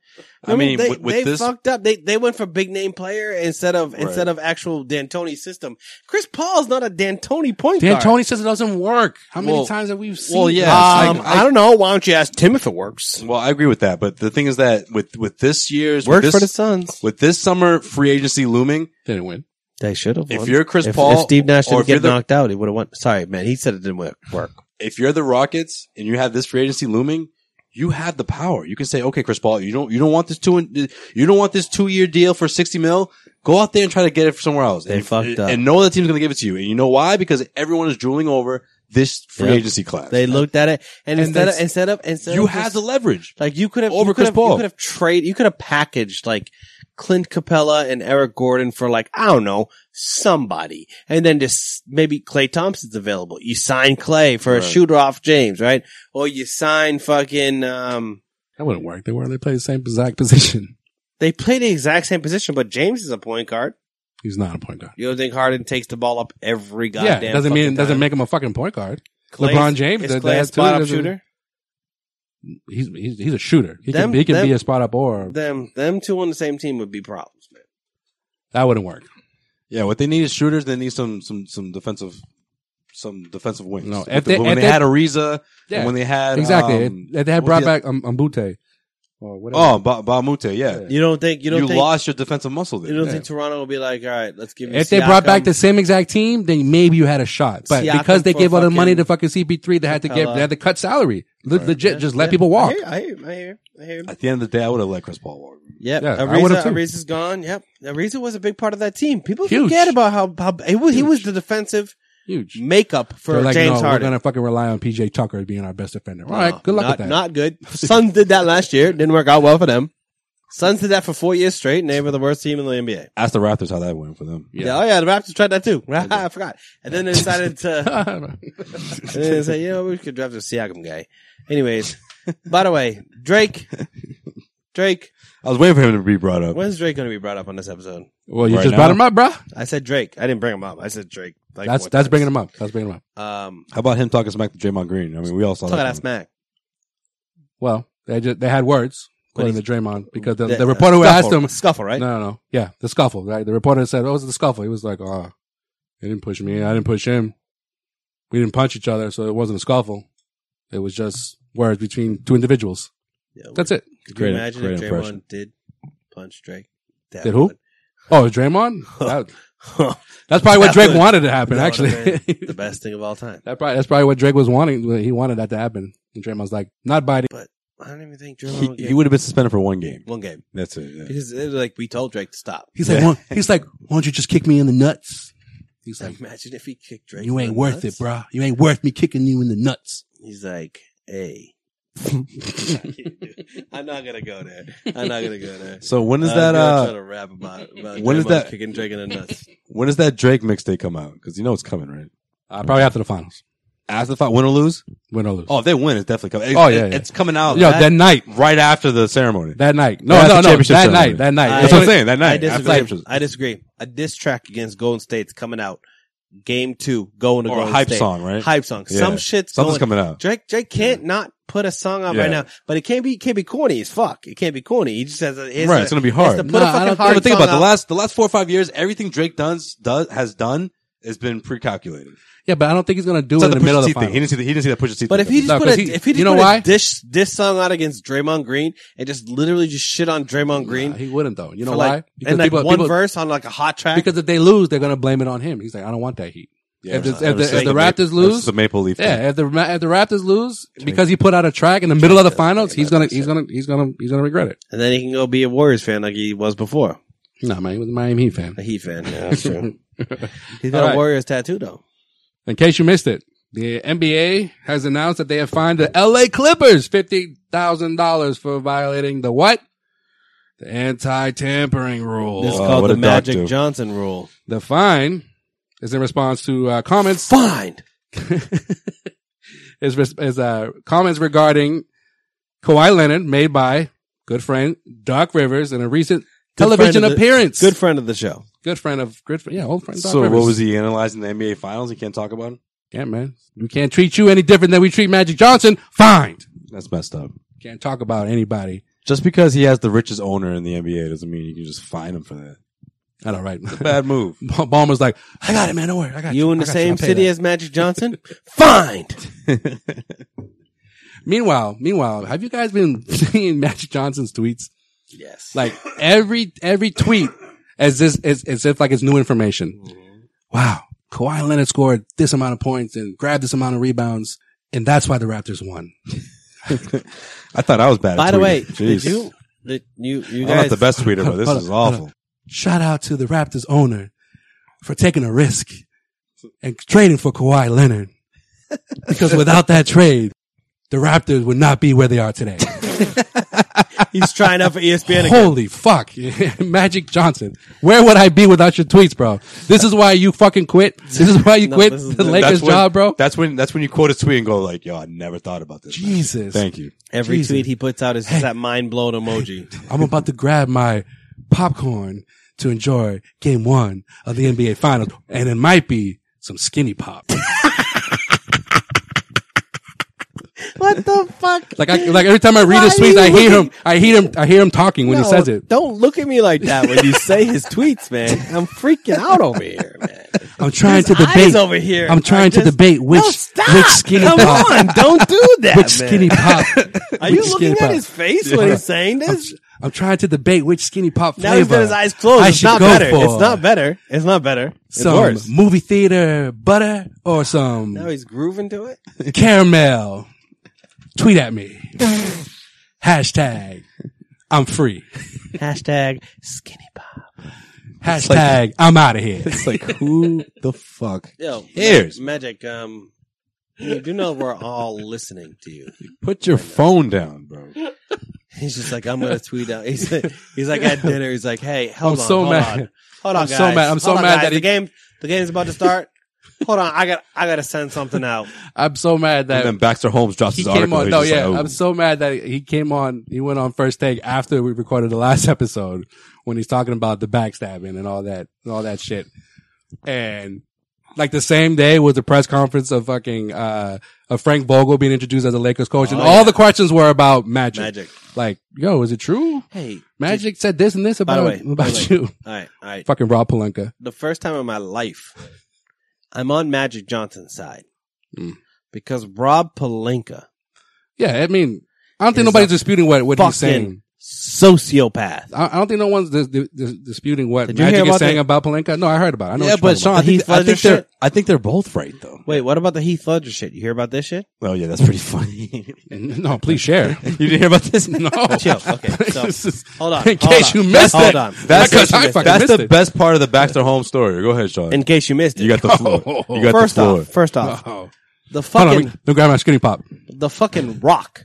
I mean,
they,
with- with
they
this-
fucked up. They they went for big name player instead of instead of actual D'Antoni system. Chris Paul's not a D'Antoni point guard.
D'Antoni says it doesn't work. How many
Well-
times have we seen?
Well, yeah.
Um,
I-
I, don't know. Why don't you ask Tim if it works?
Well, I agree with that, but the thing is that with with this year's with
Works
this,
for the Suns.
with this summer free agency looming,
Didn't win.
They should have.
If
won.
you're Chris
If-
Paul,
if Steve Nash
or
didn't
if you're
get
the-
knocked out, he would have won. Sorry, man. He said it didn't work. work.
if you're the Rockets and you have this free agency looming, you have the power. You can say, okay, Chris Paul, you don't you don't want this two you don't want this two year deal for sixty mil. Go out there and try to get it from somewhere else.
They
and,
fucked up.
and know the team's going to give it to you. And you know why? Because everyone is drooling over this free
Yep.
agency class.
They looked at it, and,
And
instead of
that's-
instead of instead
you
of
have
just-
the leverage.
like you could have
over
you could
Chris
have,
Paul.
You could have trade. You could have packaged like Clint Capella and Eric Gordon for like I don't know somebody, and then just maybe Clay Thompson's available. You sign Clay for a
Right.
shooter off James, right? Or you sign fucking. um
That wouldn't work. They were they played the same exact position.
They play the exact same position, but James is a point guard.
He's not a point guard.
You don't think Harden takes the ball up every
yeah,
goddamn?
it doesn't
fucking
mean it doesn't
time?
make him a fucking point guard.
Clay's-
LeBron James,
is
that-
Clay a
that's two
spot up
doesn't-
shooter.
He's he's, he's a shooter. He
Them-
can he can
them-
be a spot up or
Them them two on the same team would be problems, man.
that wouldn't work.
Yeah, what they need is shooters. They need some some some defensive some defensive wings.
No,
With
if
the-
they-
when
if
they,
they-
had Ariza,
Yeah.
and when they had
Exactly.
um,
It- they had
what was the-
brought back um, Umbute or whatever.
Oh, ba- Bamute, yeah.
You don't think you
You,
don't think
lost your defensive muscle there.
You don't think Toronto will be like, all right, let's give. you
if they brought back
Siakam,
the same exact team, then maybe you had a shot. But
Siakam
because they
for
gave all the money to fucking
fucking
CP3, they had to give
Capella.
they had to cut salary. Le- Legit, just let people
I
walk.
hear, you, I hear, you, I hear, you, I hear. you.
At the end of the day, I would have let Chris Paul walk.
Yep,
Yeah, I
Ariza,
would've too.
Ariza's gone. Yep, Ariza was a big part of that team. People
Huge.
forget about how, how he, was, he was the defensive
Huge.
makeup for
They're like,
James
no,
Harden.
we're gonna fucking rely on PJ Tucker as being our best defender. All right,
No,
good luck
not,
with that.
Not good. Suns did that last year. Didn't work out well for them. Suns did that for four years straight, and they were the worst team in the NBA.
Ask the Raptors how that went for them.
Yeah. oh yeah, the Raptors tried that too. I forgot. And then they decided to and then they say, you know, we could draft a Siakam guy. Anyways, by the way, Drake, Drake,
I was waiting for him to be brought up.
When's Drake going to be brought up on this episode?
well, you
Right
just
now.
brought him up, bruh.
I said Drake. I didn't bring him up. I said Drake. Like
that's
four
that's
times.
bringing him up. That's bringing him up.
Um,
How about him talking smack to Draymond Green? I mean, we all saw
talk about
that.
that smack.
Well, they just they had words
But
according
he's-
to Draymond because the,
That-
the
uh,
reporter who asked
scuffle,
him
scuffle, right?
No, no, no. Yeah, the scuffle. Right? The reporter said, "Oh, it was the scuffle." He was like, "Ah, oh, they didn't push me. I didn't push him." We didn't punch each other, so it wasn't a scuffle. It was just words between two individuals.
Yeah,
That's it.
Could
Great-
you imagine
great
if Draymond
impression.
did punch Drake? That
Did who?
would-
Oh, Draymond? That-
that
that's probably what
That
Drake
would-
wanted to happen,
would've
actually.
been the best thing of all time.
that probably, that's probably what Drake was wanting. He wanted that to happen. And Draymond's like, not biting.
I don't even think Draymond
He,
would
he
get
would have been suspended for one game.
one game
That's it. yeah.
because it was like we told Drake to stop.
He's like,
Yeah.
"Why- he's like, why don't you just kick me in the nuts? He's like,
Imagine if he kicked Drake.
you
in
ain't
the
worth
nuts.
it, bruh. You ain't worth me kicking you in the nuts.
He's like, hey. I'm not gonna go there. I'm not gonna go there.
So when is
I'm
that?
gonna try
Uh,
to rap about, about
when is
Draymond
that-
kicking Drake in the nuts?
when does that Drake mixtape come out? Because you know it's coming, right?
Uh, probably after the finals.
After the fight, win or lose?
Win or lose.
Oh, if they win, it's definitely coming. It-
Oh, yeah,
it-
yeah.
it's coming out.
Yo,
that-
that night.
right after the ceremony.
That night. No,
That's the
no, no.
championship
That
ceremony.
night. That night.
I-
That's what I'm saying. That night,
I
after the
disagree.
championships.
I disagree. A diss track against Golden State's coming out. Game two, going to
Or a
Golden
hype
State.
song, right?
Hype song.
Yeah.
Some shit's
Something's
going.
coming out.
Drake Drake can't not put a song out right
Yeah.
now, but it can't be it can't be corny as fuck. It can't be corny. He just has a, it's
right,
a-
it's gonna be
it's
hard.
To put a fucking hard
but think
song
about it. the
out.
last the last four or five years. Everything Drake does does has done has been pre calculated.
yeah, but I don't think he's going to do
It's
it
like the
in the middle
Pusha
of
T thing.
the finals.
He didn't see the he didn't see that Pusha T.
But
thing.
if he just
No,
put a
'cause he-
if he just
you know
put
why?
a dish diss song out against Draymond Green and just literally just shit on Draymond Green,
Nah, he wouldn't though. You know
for
why?
like, and like one verse on like a hot track.
because if they lose, they're going to blame it on him. He's like, I don't want that heat.
Yeah,
if, the,
ever
if, the,
since
if the
the
Raptors
Maple- ever since
lose,
the Maple Leaf, thing.
yeah, if the Ra- if the Raptors lose because he put out a track in the middle of the finals, he's gonna he's gonna he's gonna he's gonna regret it.
and then he can go be a Warriors fan like he was before,
No, man, he was a Miami Heat fan.
a Heat fan. Yeah, that's true. He's
All
got
right.
a Warriors tattoo though.
In case you missed it, the NBA has announced that they have fined the LA Clippers fifty thousand dollars for violating the what? The anti-tampering rule.
This is
Oh,
called
what
the
did Doc
Magic
do?
Johnson rule.
The fine is in response to uh, comments
Fine.
is res- is uh, comments regarding Kawhi Leonard made by good friend Doc Rivers in a recent television
friend of the-
appearance.
Good friend of the show.
good friend of good friend, yeah, old friend. Doc
so
Rivers.
what was he analyzing the NBA Finals? He can't talk about. Him?
Yeah, man, we can't treat you any different than we treat Magic Johnson. Fine.
That's messed up.
Can't talk about anybody.
Just because he has the richest owner in the NBA doesn't mean you can just fine him for that.
I know, right?
Bad move.
Ballmer's like, I got it, man. Don't worry, I got you.
You in
I
the
got
same
I'll pay
city
that."
as Magic Johnson? Fine.
Meanwhile, meanwhile, have you guys been seeing Magic Johnson's tweets?
Yes.
Like every every tweet as this as, as if like it's new information. Wow, Kawhi Leonard scored this amount of points and grabbed this amount of rebounds, and that's why the Raptors won.
I thought I was bad. at
By the
tweeting.
way,
Jeez.
did you, did you, you
I'm not
guys,
the best tweeter, but this
Hold
is
on, hold
awful.
on. Shout out to the Raptors owner for taking a risk and trading for Kawhi Leonard. Because without that trade, the Raptors would not be where they are today.
he's trying out for E ESPN again.
Holy fuck. Magic Johnson. Where would I be without your tweets, bro? This is why you fucking quit. This is why you
No,
quit
this is-
the
that's
Lakers
when,
job, bro.
That's when that's when you quote a tweet and go like, "Yo, I never thought about this."
Jesus.
Thank you.
Every
Jesus.
tweet he puts out is just that mind blown emoji.
I'm about to grab my popcorn to enjoy game one of the NBA finals. And it might be some skinny pop.
what the fuck?
Like I like every time I read his
Why
tweets,
are you
I hear him.
looking-
I hear him. I hear him talking when he says it.
Don't look at me like that when you say his tweets, man. I'm freaking out over here, man.
I'm trying to
His eyes
debate
over here
I'm
are
trying to
just-
debate which
No, stop!
which skinny
Come
pop,
on, don't do that,
which
man.
skinny pop.
Are
which
you
skinny
looking
pop.
at his face when he's saying this?
I'm trying to debate which skinny pop
Now
flavor.
he's got his eyes closed.
I
it's
should
not
go
better.
for.
It's not better. It's not better. It's
Some
worse.
movie theater butter or
Now
some
he's grooving to it.
caramel. Tweet at me. Hashtag I'm free.
Hashtag skinny pop.
Hashtag I'm out of here.
It's like, who the fuck?
Yo,
Ears.
Magic. Um, you do know we're all listening to you.
Put your phone down, bro.
He's just like, I'm gonna tweet out. He's like, he's like at dinner. He's like, hey, hold
I'm
on,
so
hold
mad.
on, hold on,
I'm so
guys.
mad. I'm so
Hold on,
mad
guys.
that he-
the game, the game's about to start. hold on, I got, I gotta send something out.
I'm so mad that
And then Baxter Holmes drops
he
his
came
article.
on.
He's
No,
just
yeah,
like, oh.
I'm so mad that he came on. He went on first take after we recorded the last episode when he's talking about the backstabbing and all that, and all that shit. And like the same day was the press conference of fucking uh of Frank Vogel being introduced as a Lakers coach, and
Oh,
all
yeah.
the questions were about Magic.
Magic.
Like, yo, is it true?
Hey,
Magic said this and this
By
about
the way, by
about
the way.
you.
All right, all right.
Fucking Rob Palenka.
The first time in my life, I'm on Magic Johnson's side.
Mm.
because Rob Palenka,
Yeah, I mean, I don't
Is
think nobody's
a
disputing what, what
fucking
he's saying.
sociopath.
I, I don't think no one's dis- dis- dis- disputing what
Did you hear
Magic is
about
saying
the-
about Palenka. No, I heard about. it. I know.
yeah,
what you're
but
talking
Sean,
about.
I think,
Heath
I
Ledger
think they're
shit?
I think they're both right though.
Wait, what about the Heath Ledger shit? You hear about this shit?
Oh yeah, that's pretty funny.
no, please share.
you didn't hear about this?
No,
Chill. Okay, so,
This is-
hold on,
In
hold
case
on.
you missed
Hold
it,
on.
That's,
because I
that's
fucking missed
the
it.
best part of the Baxter Home story. Go ahead, Sean.
In case you missed it,
you got the floor. You got
first
the floor.
off, first off,
Oh. Hold on,
the
let
fucking
me- let me grab my skinny pop.
the fucking Rock,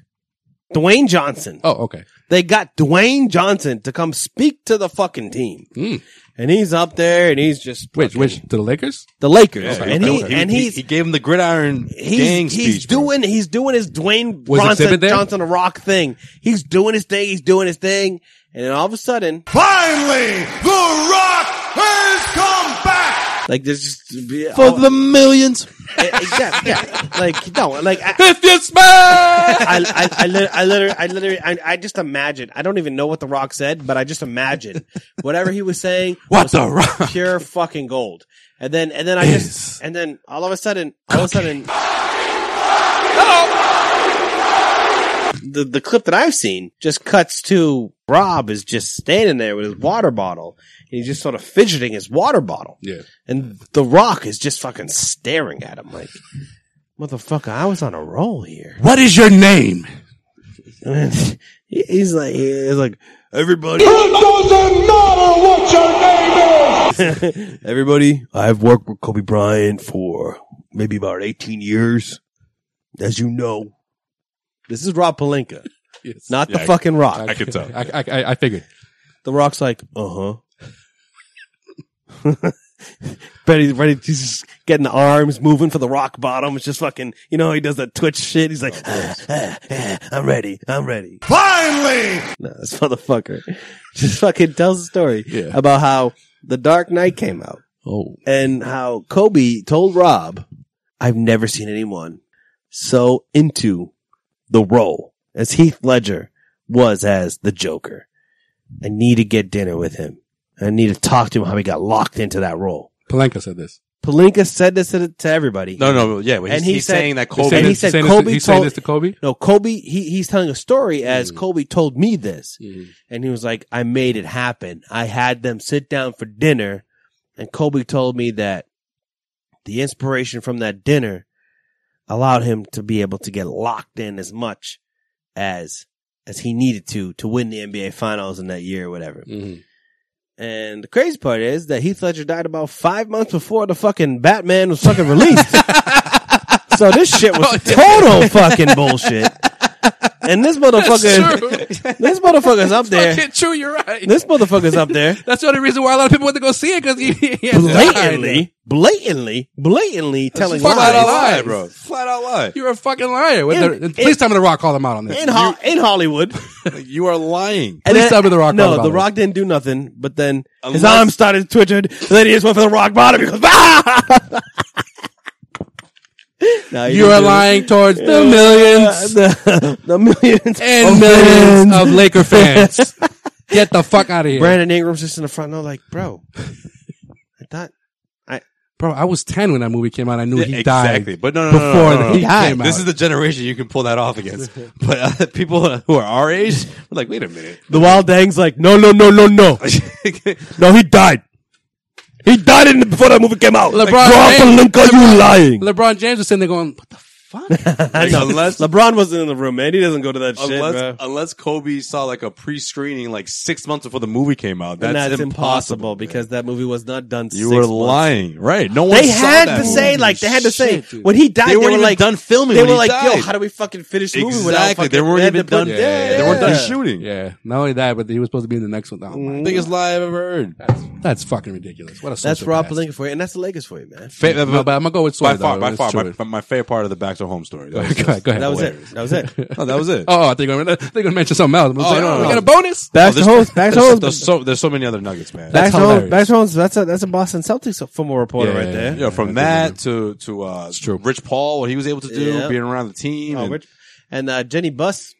Dwayne Johnson.
Oh, okay.
They got Dwayne Johnson to come speak to the fucking team,
Mm.
and he's up there and he's just
Which,
fucking-
which to the Lakers?
the Lakers,
Okay,
and
okay,
he
okay.
and he's
he gave him the gridiron
He's,
gang speech.
he's
bro.
doing he's doing his Dwayne
Was
Bronson
Exhibit there?
Johnson the Rock thing. He's doing his thing. He's doing his thing, and then all of a sudden,
Finally, The Rock has come back.
like there's just oh, e-,
for the millions.
exactly yeah. Like no, like I,
If you smell.
I, I, I, lit- I literally, I literally, I, I just imagine. I don't even know what The Rock said, but I just imagine whatever he was saying.
What
was
The Rock?
Pure fucking gold. And then, and then I
Is.
just, and then all of a sudden, all of a sudden, the the clip that I've seen just cuts to Rob is just standing there with his water bottle, and he's just sort of fidgeting his water bottle.
Yeah.
And The Rock is just fucking staring at him like, motherfucker, I was on a roll here.
What is your name?
He- he's like, he's like, everybody,
It doesn't matter what your name is.
everybody. I've worked with Kobe Bryant for maybe about 18 years. As you know, this is Rob Palenka,
Yes.
not
Yeah,
the
I-
fucking Rock.
I could tell.
I, I, I- I figured.
the Rock's like, uh huh. Betty's ready. He's just getting the arms moving for the rock bottom. It's just fucking, you know, he does that twitch shit. He's like, "Ah, I'm ready. I'm ready.
Finally,
No, this motherfucker just fucking tells a story
Yeah.
about how The Dark Knight came out
Oh.
and how Kobe told Rob, I've never seen anyone so into the role as Heath Ledger was as the Joker. I need to get dinner with him. I need to talk to him how he got locked into that role.
Palenka said this.
Palinka said this to, to everybody.
No, no, yeah. He's,
And he
he's
said-
saying that
And
Kobe.
he
He's
said
saying
Kobe
this, he's saying
told-
this to Kobe?
No, Kobe, he, he's telling a story as Kobe told me this. And he was like, I made it happen. I had them sit down for dinner. And Kobe told me that the inspiration from that dinner allowed him to be able to get locked in as much as as he needed to to win the NBA finals in that year or whatever.
Mhm.
And the crazy part is that Heath Ledger died about five months before the fucking Batman was fucking released. so this shit
Oh,
was total fucking bullshit. And this motherfucker,
That's
this motherfucker's up there.
Fucking true, you're right.
This motherfucker's up there.
That's the only reason why a lot of people went to go see it because he, he had died.
Blatantly, blatantly, blatantly telling
flat out
lies
lie, bro. Flat out lie.
You're a fucking liar. With
In-
the, please tell me the Rock called him out on this.
in, Ho- in Hollywood.
You are lying.
And
Please tell me The Rock
No,
called
The
about
Rock didn't do nothing. But then his
Unless-
arm started twitching. and Then he just went for the Rock bottom. He goes, ah! No, he
You are
didn't do it.
lying towards the
Uh,
millions
the, the millions Oh,
Oh,
and millions of Laker fans. Get the fuck out of here.
Brandon Ingram's just in the front row, like, bro. I thought
Bro, I was 10 when that movie came out. I knew
Yeah,
he
exactly.
died.
But no, no, no,
before
no, no, no,
the
no.
Heat came out.
This is the generation you can pull that off against. But uh, people who are our age, we're like, wait a minute.
the Wild Dang's like, no, no, no, no, no, no. He died. He died in before that movie came out.
LeBron
Rob
James-
Palenka, you lying?
LeBron James was sitting there going, what the fuck?
I know.
Unless-
LeBron wasn't in the room, man. He doesn't go to that shit,
unless
bro.
unless Kobe saw like a pre-screening like six months before the movie came out, that's,
And that's
impossible,
impossible
man.
because that movie was not done.
you
six
were
months.
lying, right? No one.
They
saw
had
that
to say,
movie.
like, they had to say
Shit, dude.
when he died,
They
they,
weren't
were
even
like
done filming
They
when
were
he
like, yo,
died.
how do we fucking finish the movie without
exactly.
fucking-
They weren't
had
even
to
done.
put-
Yeah,
Yeah,
they weren't
yeah.
done shooting.
yeah. Not only that, but he was supposed to be in the next one. Oh, my
Biggest lie I've ever heard.
That's fucking ridiculous. What a
That's Rob
sociopath.
Palenka for you, and that's the Lakers for you, man.
Fa-
No, but I'm gonna go with
by
Sawyer,
far,
though.
by
It's
far, my,
true.
my favorite part of the Baxter Home story. That was
Go ahead, go ahead.
That was it. That was it.
No, that was it.
Oh, I think I'm gonna, they're gonna mention something else. I'm gonna say,
no,
oh,
no,
we
no.
got a bonus.
Back to
there's-
host. Back to
there's,
host.
there's so there's so many other nuggets, man.
Back
That's
to host.
hilarious.
Back to host. That's a that's a Boston Celtics former reporter
Yeah,
right
yeah,
there.
Yeah, from that to to uh,
true.
Rich Paul, what he was able to do,
Yeah.
being around the team.
Oh,
and-
Rich- and uh, Jenny Buss.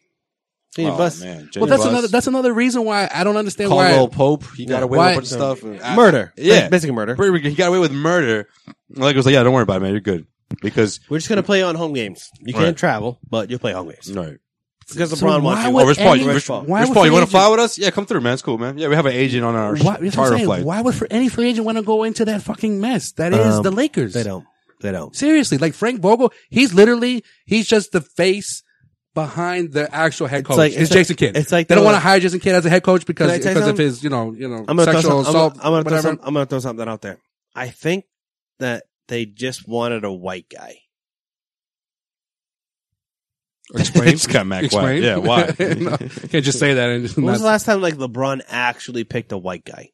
Jenny
Oh,
Buss.
man, Jenny
Well, that's
Buss.
another. That's another reason why I don't understand
Caldwell
why.
Pope. He got
Yeah.
away with
Why-
a bunch of stuff. Ah,
Murder.
Yeah.
Basic murder.
He got away with murder. Like it was like, yeah, don't worry about it, man. You're good. because
We're just gonna play on home games. You can't
Right.
travel, but you play home games
right.
because LeBron
So
wants
why
you.
would
Oh, Rich Paul, you,
any-
Rich,
Rich Paul.
why
Rich
would
Paul, you
free
want to
agent-
fly with us? Yeah, come through, man. It's cool, man. Yeah, we have an agent on our
Why, that's what I'm
charter
saying.
flight.
why would for any free agent want to go into that fucking mess? That is
Um,
the Lakers.
They don't. They don't.
Seriously, like Frank Vogel, he's literally he's just the face behind the actual head coach.
like-
it's,
it's like-
Jason Kidd.
it's like
they don't
the-
want to hire Jason Kidd as a head coach
Can
because
I tell you
because of
something?
his you know you know
I'm gonna, throw
sexual
some, I'm, gonna,
assault.
I'm, gonna throw
whatever.
some, I'm gonna throw something out there. I think that they just wanted a white guy.
Explain. Just got mad quiet.
Explain.
Yeah, why?
No, can't just say that. And just
When
not,
was the last time like LeBron actually picked a white guy?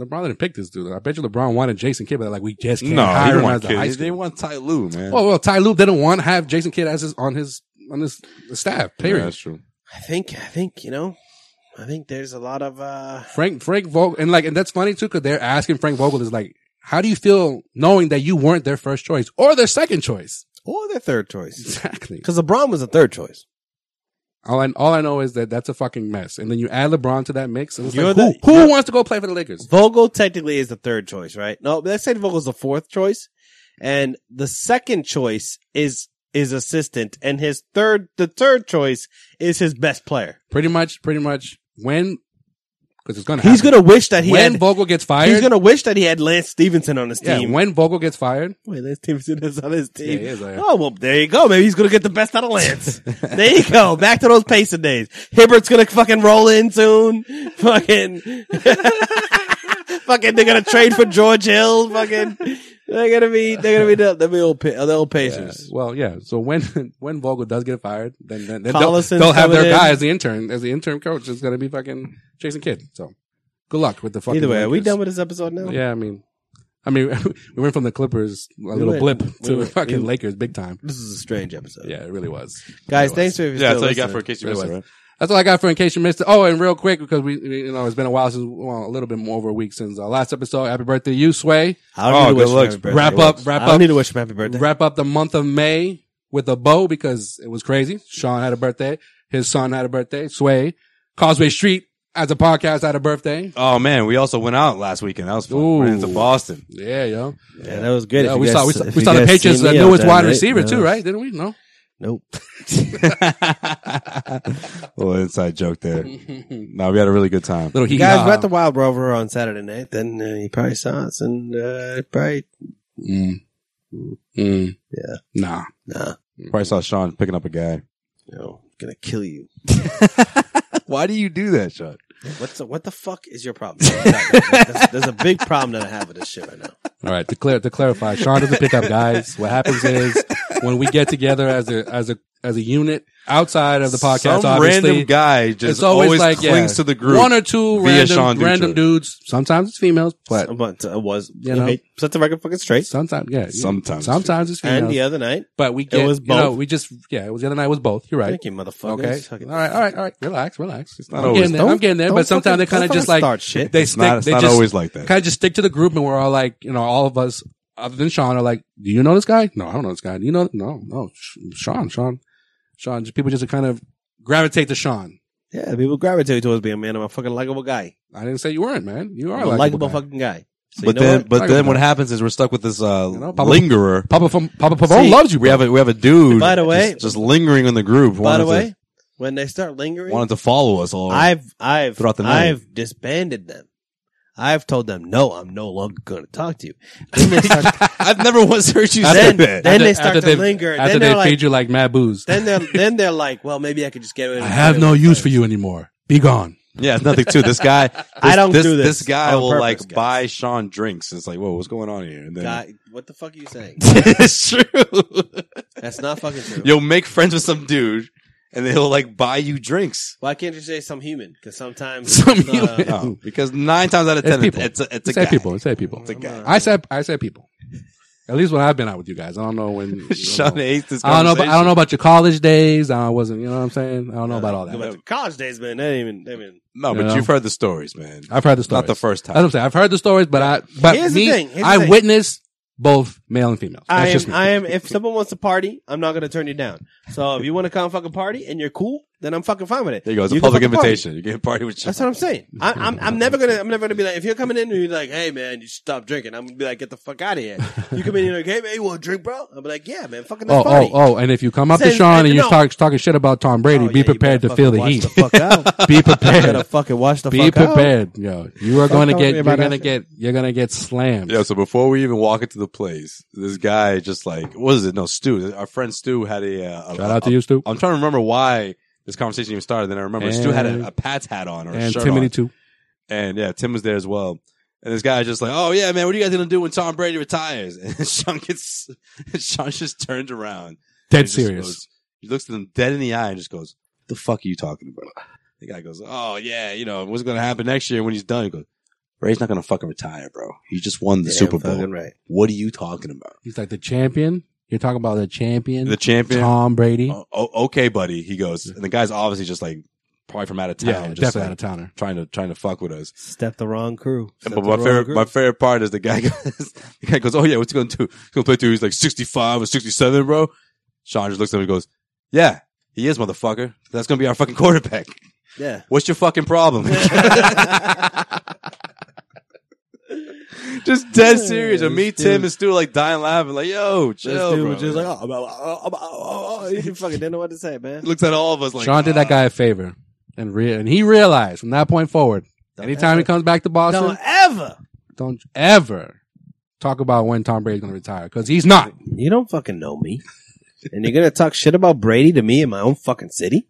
LeBron didn't pick this dude. I bet you LeBron wanted Jason Kidd, but like we just can't
No, he
hire
didn't
him as
want
the
kids.
high
They
school.
didn't want Ty Lue, man.
Oh, Well, well, Ty Lue didn't want to have Jason Kidd as his on his on his staff.
yeah,
Period.
that's true.
I think. I think you know. I think there's a lot of. uh
Frank Frank Vogel and like and that's funny too because they're asking Frank Vogel is like, how do you feel knowing that you weren't their first choice or their second choice?
Or their oh, third choice.
Exactly.
Because LeBron was a third choice.
All I all I know is that that's a fucking mess. And then you add LeBron to that mix, and it's
You're
like, who
the-
who
you're-
wants to go play for the Lakers?
Vogel technically is the third choice, right? No, let's say Vogel's the fourth choice, and the second choice is is assistant, and his third the third choice is his best player.
Pretty much, pretty much when because it's gonna
He's
happen.
gonna wish that he
when
had.
Vogel gets fired.
he's gonna wish that he had Lance Stevenson on his
yeah,
team.
when Vogel gets fired,
Wait, Lance Stevenson is on his
Yeah,
team.
he is, yeah.
oh well, there you go. Maybe he's gonna get the best out of Lance. there you go. Back to those pacing days. Hibbert's gonna fucking roll in soon. Fucking, fucking, they're gonna trade for George Hill. Fucking, they're gonna be, they're gonna be the, the old, Pa- the old Pacers.
well, yeah. So when when Vogel does get fired, then then, then they'll,
Collison's
they'll have their
coming in.
guy as the intern, as the interim coach. It's gonna be fucking Jason Kidd. So good luck with the fucking.
Either way, are we
Lakers.
done with this episode now?
Yeah, I mean, I mean, we went from the Clippers a little
went-
blip
we
to the
went-
fucking
we-
Lakers big time.
This is a strange episode.
Yeah, it really was,
Guys,
It really
thanks
was.
for
Yeah, that's all you got
listening.
for in case you
Really
missed it,
was.
right?
That's all I got for in case you missed it. Oh, and real quick because we, we- you know, it's been a while since, well, a little bit more over a week since our last episode. Happy birthday, to you Sway.
I don't
Oh,
need to
good
wish him
looks.
happy birthday.
Wrap up, wrap
I don't
up.
need to wish him happy birthday.
Wrap up the month of May with a bow because it was crazy. Sean had a birthday. His son had a birthday. Sway, Causeway Street as a podcast had a birthday.
Oh man, we also went out last weekend. That was fun.
Ooh.
Ran into Boston.
Yeah, yo.
yeah, that was good.
Yeah,
If you
we,
guys-
saw, we saw
if
we
you
saw the
guys
Patriots'
see
uh,
me, I'm
newest
done,
wide
right?
receiver
No.
too, right? Didn't we? No.
Nope.
little inside joke there. No, we had a really good time.
Little he
guys were at the Wild Rover on Saturday night, then uh, you probably saw us, and uh, probably
Mm. Mm.
Yeah.
Nah.
nah,
Probably saw Sean picking up a guy.
you know, gonna kill you.
Why do you do that, Sean?
What's the, what the fuck is your problem? there's, there's a big problem that I have with this shit right now.
All right, to clar- to clarify, Sean doesn't pick up guys. What happens is when we get together as a as a as a unit outside of the podcast,
Some
obviously,
random guy just
it's always, like yeah,
clings to the group.
One or two
via
random
Sean Dutcher.
random dudes. Sometimes it's females, but
But I uh, was
You know?
okay, set the record fucking straight.
sometimes yeah,
Sometimes.
sometimes it's females.
And the other night,
but we get
was
you know
both.
we just yeah it was the other night it was both. You're right.
thank you, motherfucker.
Okay. All right. All right. All right. Relax. Relax. It's
not
I'm
always-
Getting there.
Don't-
I'm getting there.
don't
But sometimes
fucking-
they kind
don't
of just like
fucking start shit.
they
It's
stick.
not- it's
they
not
just,
always like that.
Kind of just stick to the group, and we're all like, you know, all of us other than Sean are like, do you know this guy? No, I don't know this guy. Do you know? No, no, Sh- Sean, Sean, Sean. Just, people just kind of gravitate to Sean.
Yeah, people gravitate towards being man. I'm a fucking likable guy.
I didn't say you weren't, man. You are
I'm a
like
likable fucking guy. So
but
you know
then,
what?
but
Talk
then,
about
what
it.
happens is we're stuck with this uh,
know, Pablo-
lingerer.
Papa from Papa Pavone
See,
loves you.
We have a we have a dude.
By the way-
just, just lingering on the group.
by the
wanted
way, when they start lingering,
to, wanted to follow us all.
I've I've
throughout the night.
I've disbanded them. I've told them no, I'm no longer going to talk to you. Then they start,
I've never once heard you say
then,
that.
then they
After-
start
after
to
they-
linger.
After they
Then they're
feed
like,
you like mad booze,
then they're then they're like, well, maybe I could just get away.
I
with it.
have no use for you anymore. Be gone.
Yeah, it's nothing too. This guy, this,
I don't
this,
do this
This guy
on
will
purpose,
like
guys.
buy Sean drinks. It's like, whoa, what's going on here? And then
God, what the fuck are you saying?
it's true.
That's not fucking true.
You'll make friends with some dude, and he'll like buy you drinks.
Why can't you say some human? Because sometimes
Some
it's, uh,
human.
No, because nine times out of
It's
ten, it's,
people.
it's a, it's a
say
guy.
people. Say people.
It's a guy.
I said I said people. At least when I've been out with you guys, I don't know when. you know.
Sean hates this.
I don't know. About, I
conversation.
don't know about your college days. I wasn't. You know what I'm saying? I don't know about all
go
that.
back to college days, man. They didn't even. They didn't even
No,
You
but
know?
you've heard the stories, man.
I've heard the
Not
stories.
the first
That's what
time.
I'm saying. I've heard the stories, but I but
Here's the
me,
thing. Here's the
I
thing.
witnessed both male and female.
I
That's
am.
just me.
I am. If someone wants to party, I'm not going to turn you down. So if you want to come fucking party and you're cool, then I'm fucking fine with it.
There you go. It's a
can
public
fucking party.
invitation. You can party with you.
That's what I'm saying. I, I'm I'm never gonna I'm never gonna be like if you're coming in and you're like, hey man, you should stop drinking. I'm gonna be like, get the fuck out of here. You come in and you're like, hey man, you want to drink, bro? I'll be like, yeah man, fucking that's
Oh,
funny.
oh, oh! And if you come up to
Says-
Sean and
no.
you're talk, talking shit about Tom Brady,
Oh,
be
yeah, you
prepared to
better
feel the
fucking
heat.
watch fuck out.
Be
You
prepared.
gotta fucking watch the
be
fuck out.
prepared, yo. You are
Fuck
going to
out
get. You're
about
going to
that.
get. You're going to get slammed.
Yeah, so before we even walk into the place, this guy just like, what is it? No, Stu. Our friend Stu had a. Uh, a-
Shout out
a-
to you, Stu,
I'm trying to remember why this conversation even started. Then I remember Stu had
And-
a, a Pat's hat on or a
and
shirt
Timothy
on.
too.
And yeah, Tim was there as well. And this guy's just like, oh yeah, man, what are you guys gonna do when Tom Brady retires? And Sean gets, Sean just turned around.
Dead
He just
serious.
goes- he looks at them dead in the eye and just goes, "The fuck are you talking about?" The guy goes, "Oh yeah, you know what's going to happen next year when he's done." He goes, "Brady's not going to fucking retire, bro. He just won the
Damn
Super Bowl.
fucking right.
What are you talking about?"
He's like the champion. You're talking about the champion,
The champion.
Tom Brady.
"Oh, oh, okay, buddy. He goes, and the guy's obviously just like probably from out of town,
yeah,
just
definitely
like,
out of towner.
trying to trying to fuck with us.
Step the wrong crew.
And- but my favorite my favorite part is the guy goes, the guy goes, "Oh yeah, what's he going to do? He's going to play through he's like 65 or 67, bro." Sean just looks at him and goes, "Yeah, he is, motherfucker. That's going to be our fucking quarterback."
Yeah.
What's your fucking problem? just dead serious. And me,
This
Tim,
dude-
and Stu like dying laughing, like, yo,
This
chill.
dude
bro.
was just like, oh, oh, oh, oh, oh, oh. he fucking didn't know what to say, man.
looks at all of us like
Sean did that
"Ah."
guy a favor, and re- and he realized from that point forward, anytime he comes back to Boston,
Don't ever.
don't ever talk about when Tom Brady's going to retire because he's not.
You don't fucking know me. And you're gonna talk shit about Brady to me in my own fucking city?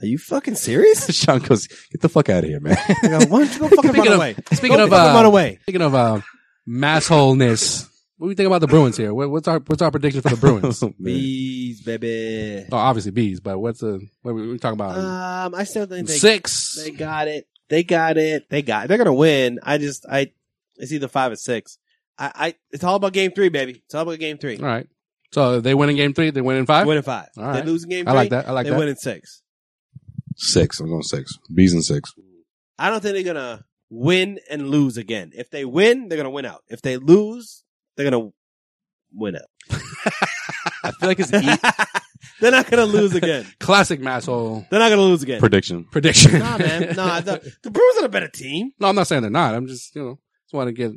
Are you fucking serious?
Sean goes, get the fuck out of here, man.
I go, Why don't you go fucking
Speaking
run
of-
away?
speaking
Go
of,
fucking
uh,
run away.
Speaking of uh, massholeness, what do you think about the Bruins here? What, what's our what's our prediction for the Bruins? oh,
Bees, baby.
obviously bees, but what's the what are we, we talking about?
Um, I still think they,
Six.
they got it. They got it. They got. They're gonna win. I just, I, it's either five or six. I, I, it's all about game three, baby. It's all about game three.
All right. So they win in game three. They win in five.
Win in five.
All right.
They lose in game
I
three.
like that. I like
they
that.
win in six.
Six. I'm going six. Bees and six.
I don't think they're gonna win and lose again. If they win, they're gonna win out. If they lose, they're gonna win out.
I feel like it's
they're not gonna lose again.
Classic masshole
They're not gonna lose again.
prediction.
prediction.
nah, man. Nah, the, the Brewers are the better team.
no, I'm not saying they're not. I'm just you know just want to get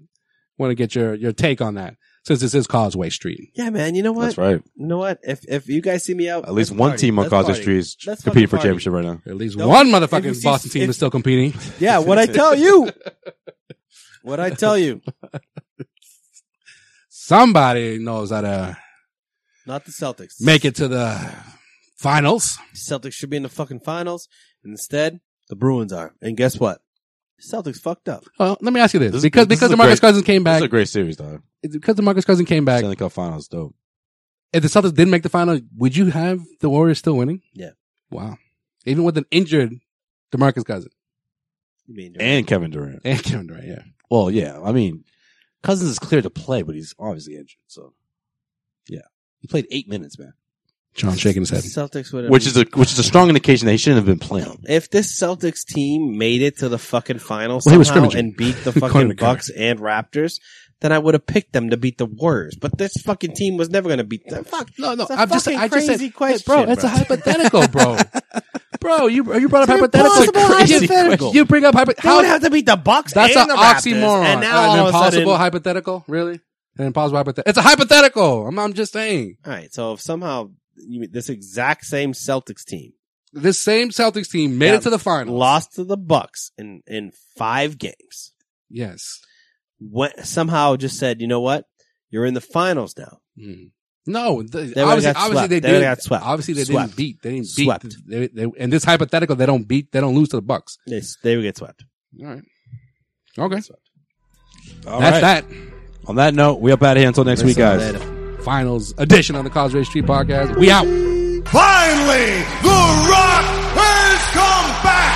want to get your your take on that since this is Causeway Street.
Yeah, man. You know what?
That's right.
You know what? If if you guys see me out,
At least
let's
one
party.
team on
Let's
Causeway
party.
Street is
Let's
competing
fucking
for
party.
championship right now.
At least
Nope.
one
If you
motherfucking
see-
Boston team
if-
is still competing.
Yeah, what I tell you. what I tell you.
Somebody knows how to
Not the Celtics.
make it to the finals.
Celtics should be in the fucking finals. Instead, the Bruins are. And guess what? Celtics fucked up.
Well, let me ask you this,
This is-
because
this
because
is a
DeMarcus
great-
Cousins came
That's
back,
a great series, though.
because DeMarcus Cousins came back,
Stanley Cup Finals, dope.
if the Celtics didn't make the final, would you have the Warriors still winning?
Yeah.
Wow. Even with an injured DeMarcus Cousins
You mean
And Kevin Durant.
and Kevin Durant, yeah.
Well, yeah. I mean, Cousins is clear to play, but he's obviously injured. So, yeah, he played eight minutes, man,
John shaking his head.
Celtics would have
which is a which is a strong indication that he shouldn't have been playing.
if this Celtics team made it to the fucking finals
Well, he was
somehow
scrimmaging.
and beat the
He couldn't
fucking
have covered.
Bucks and Raptors, then I would have picked them to beat the Warriors. But this fucking team was never going to beat them. Fuck,
No, no,
It's a
I'm just,
fucking
I just said,
crazy question,
bro, that's
bro.
a hypothetical, bro. bro, you you brought up
It's an
hypothetical.
impossible
You-
hypothetical.
You bring up
they
hypothetical.
would have to beat the Bucks.
That's
and
an
the Raptors,
oxymoron.
And now
an
all of a
impossible
sudden,
hypothetical, really? An impossible hypothetical. It's a hypothetical. I'm, I'm just saying.
All right. So if somehow you, this exact same Celtics team
This same Celtics team made
Yeah.
it to the finals.
lost to the Bucks in in five games,
Yes.
went, somehow just said, you know what, you're in the finals now.
Mm. No, the,
They would've
obviously,
got
obviously
swept.
they,
They would've
did.
got swept.
Obviously they
Swept.
didn't beat. They didn't beat.
Swept.
They, they, and this hypothetical, they don't beat. They don't lose to the Bucks.
They s- they would get swept.
All right. Okay.
All right.
That's that.
On that note, we up out of here until next week, guys.
Finals edition of the Causeway Street Podcast. We out.
Finally, The Rock has come back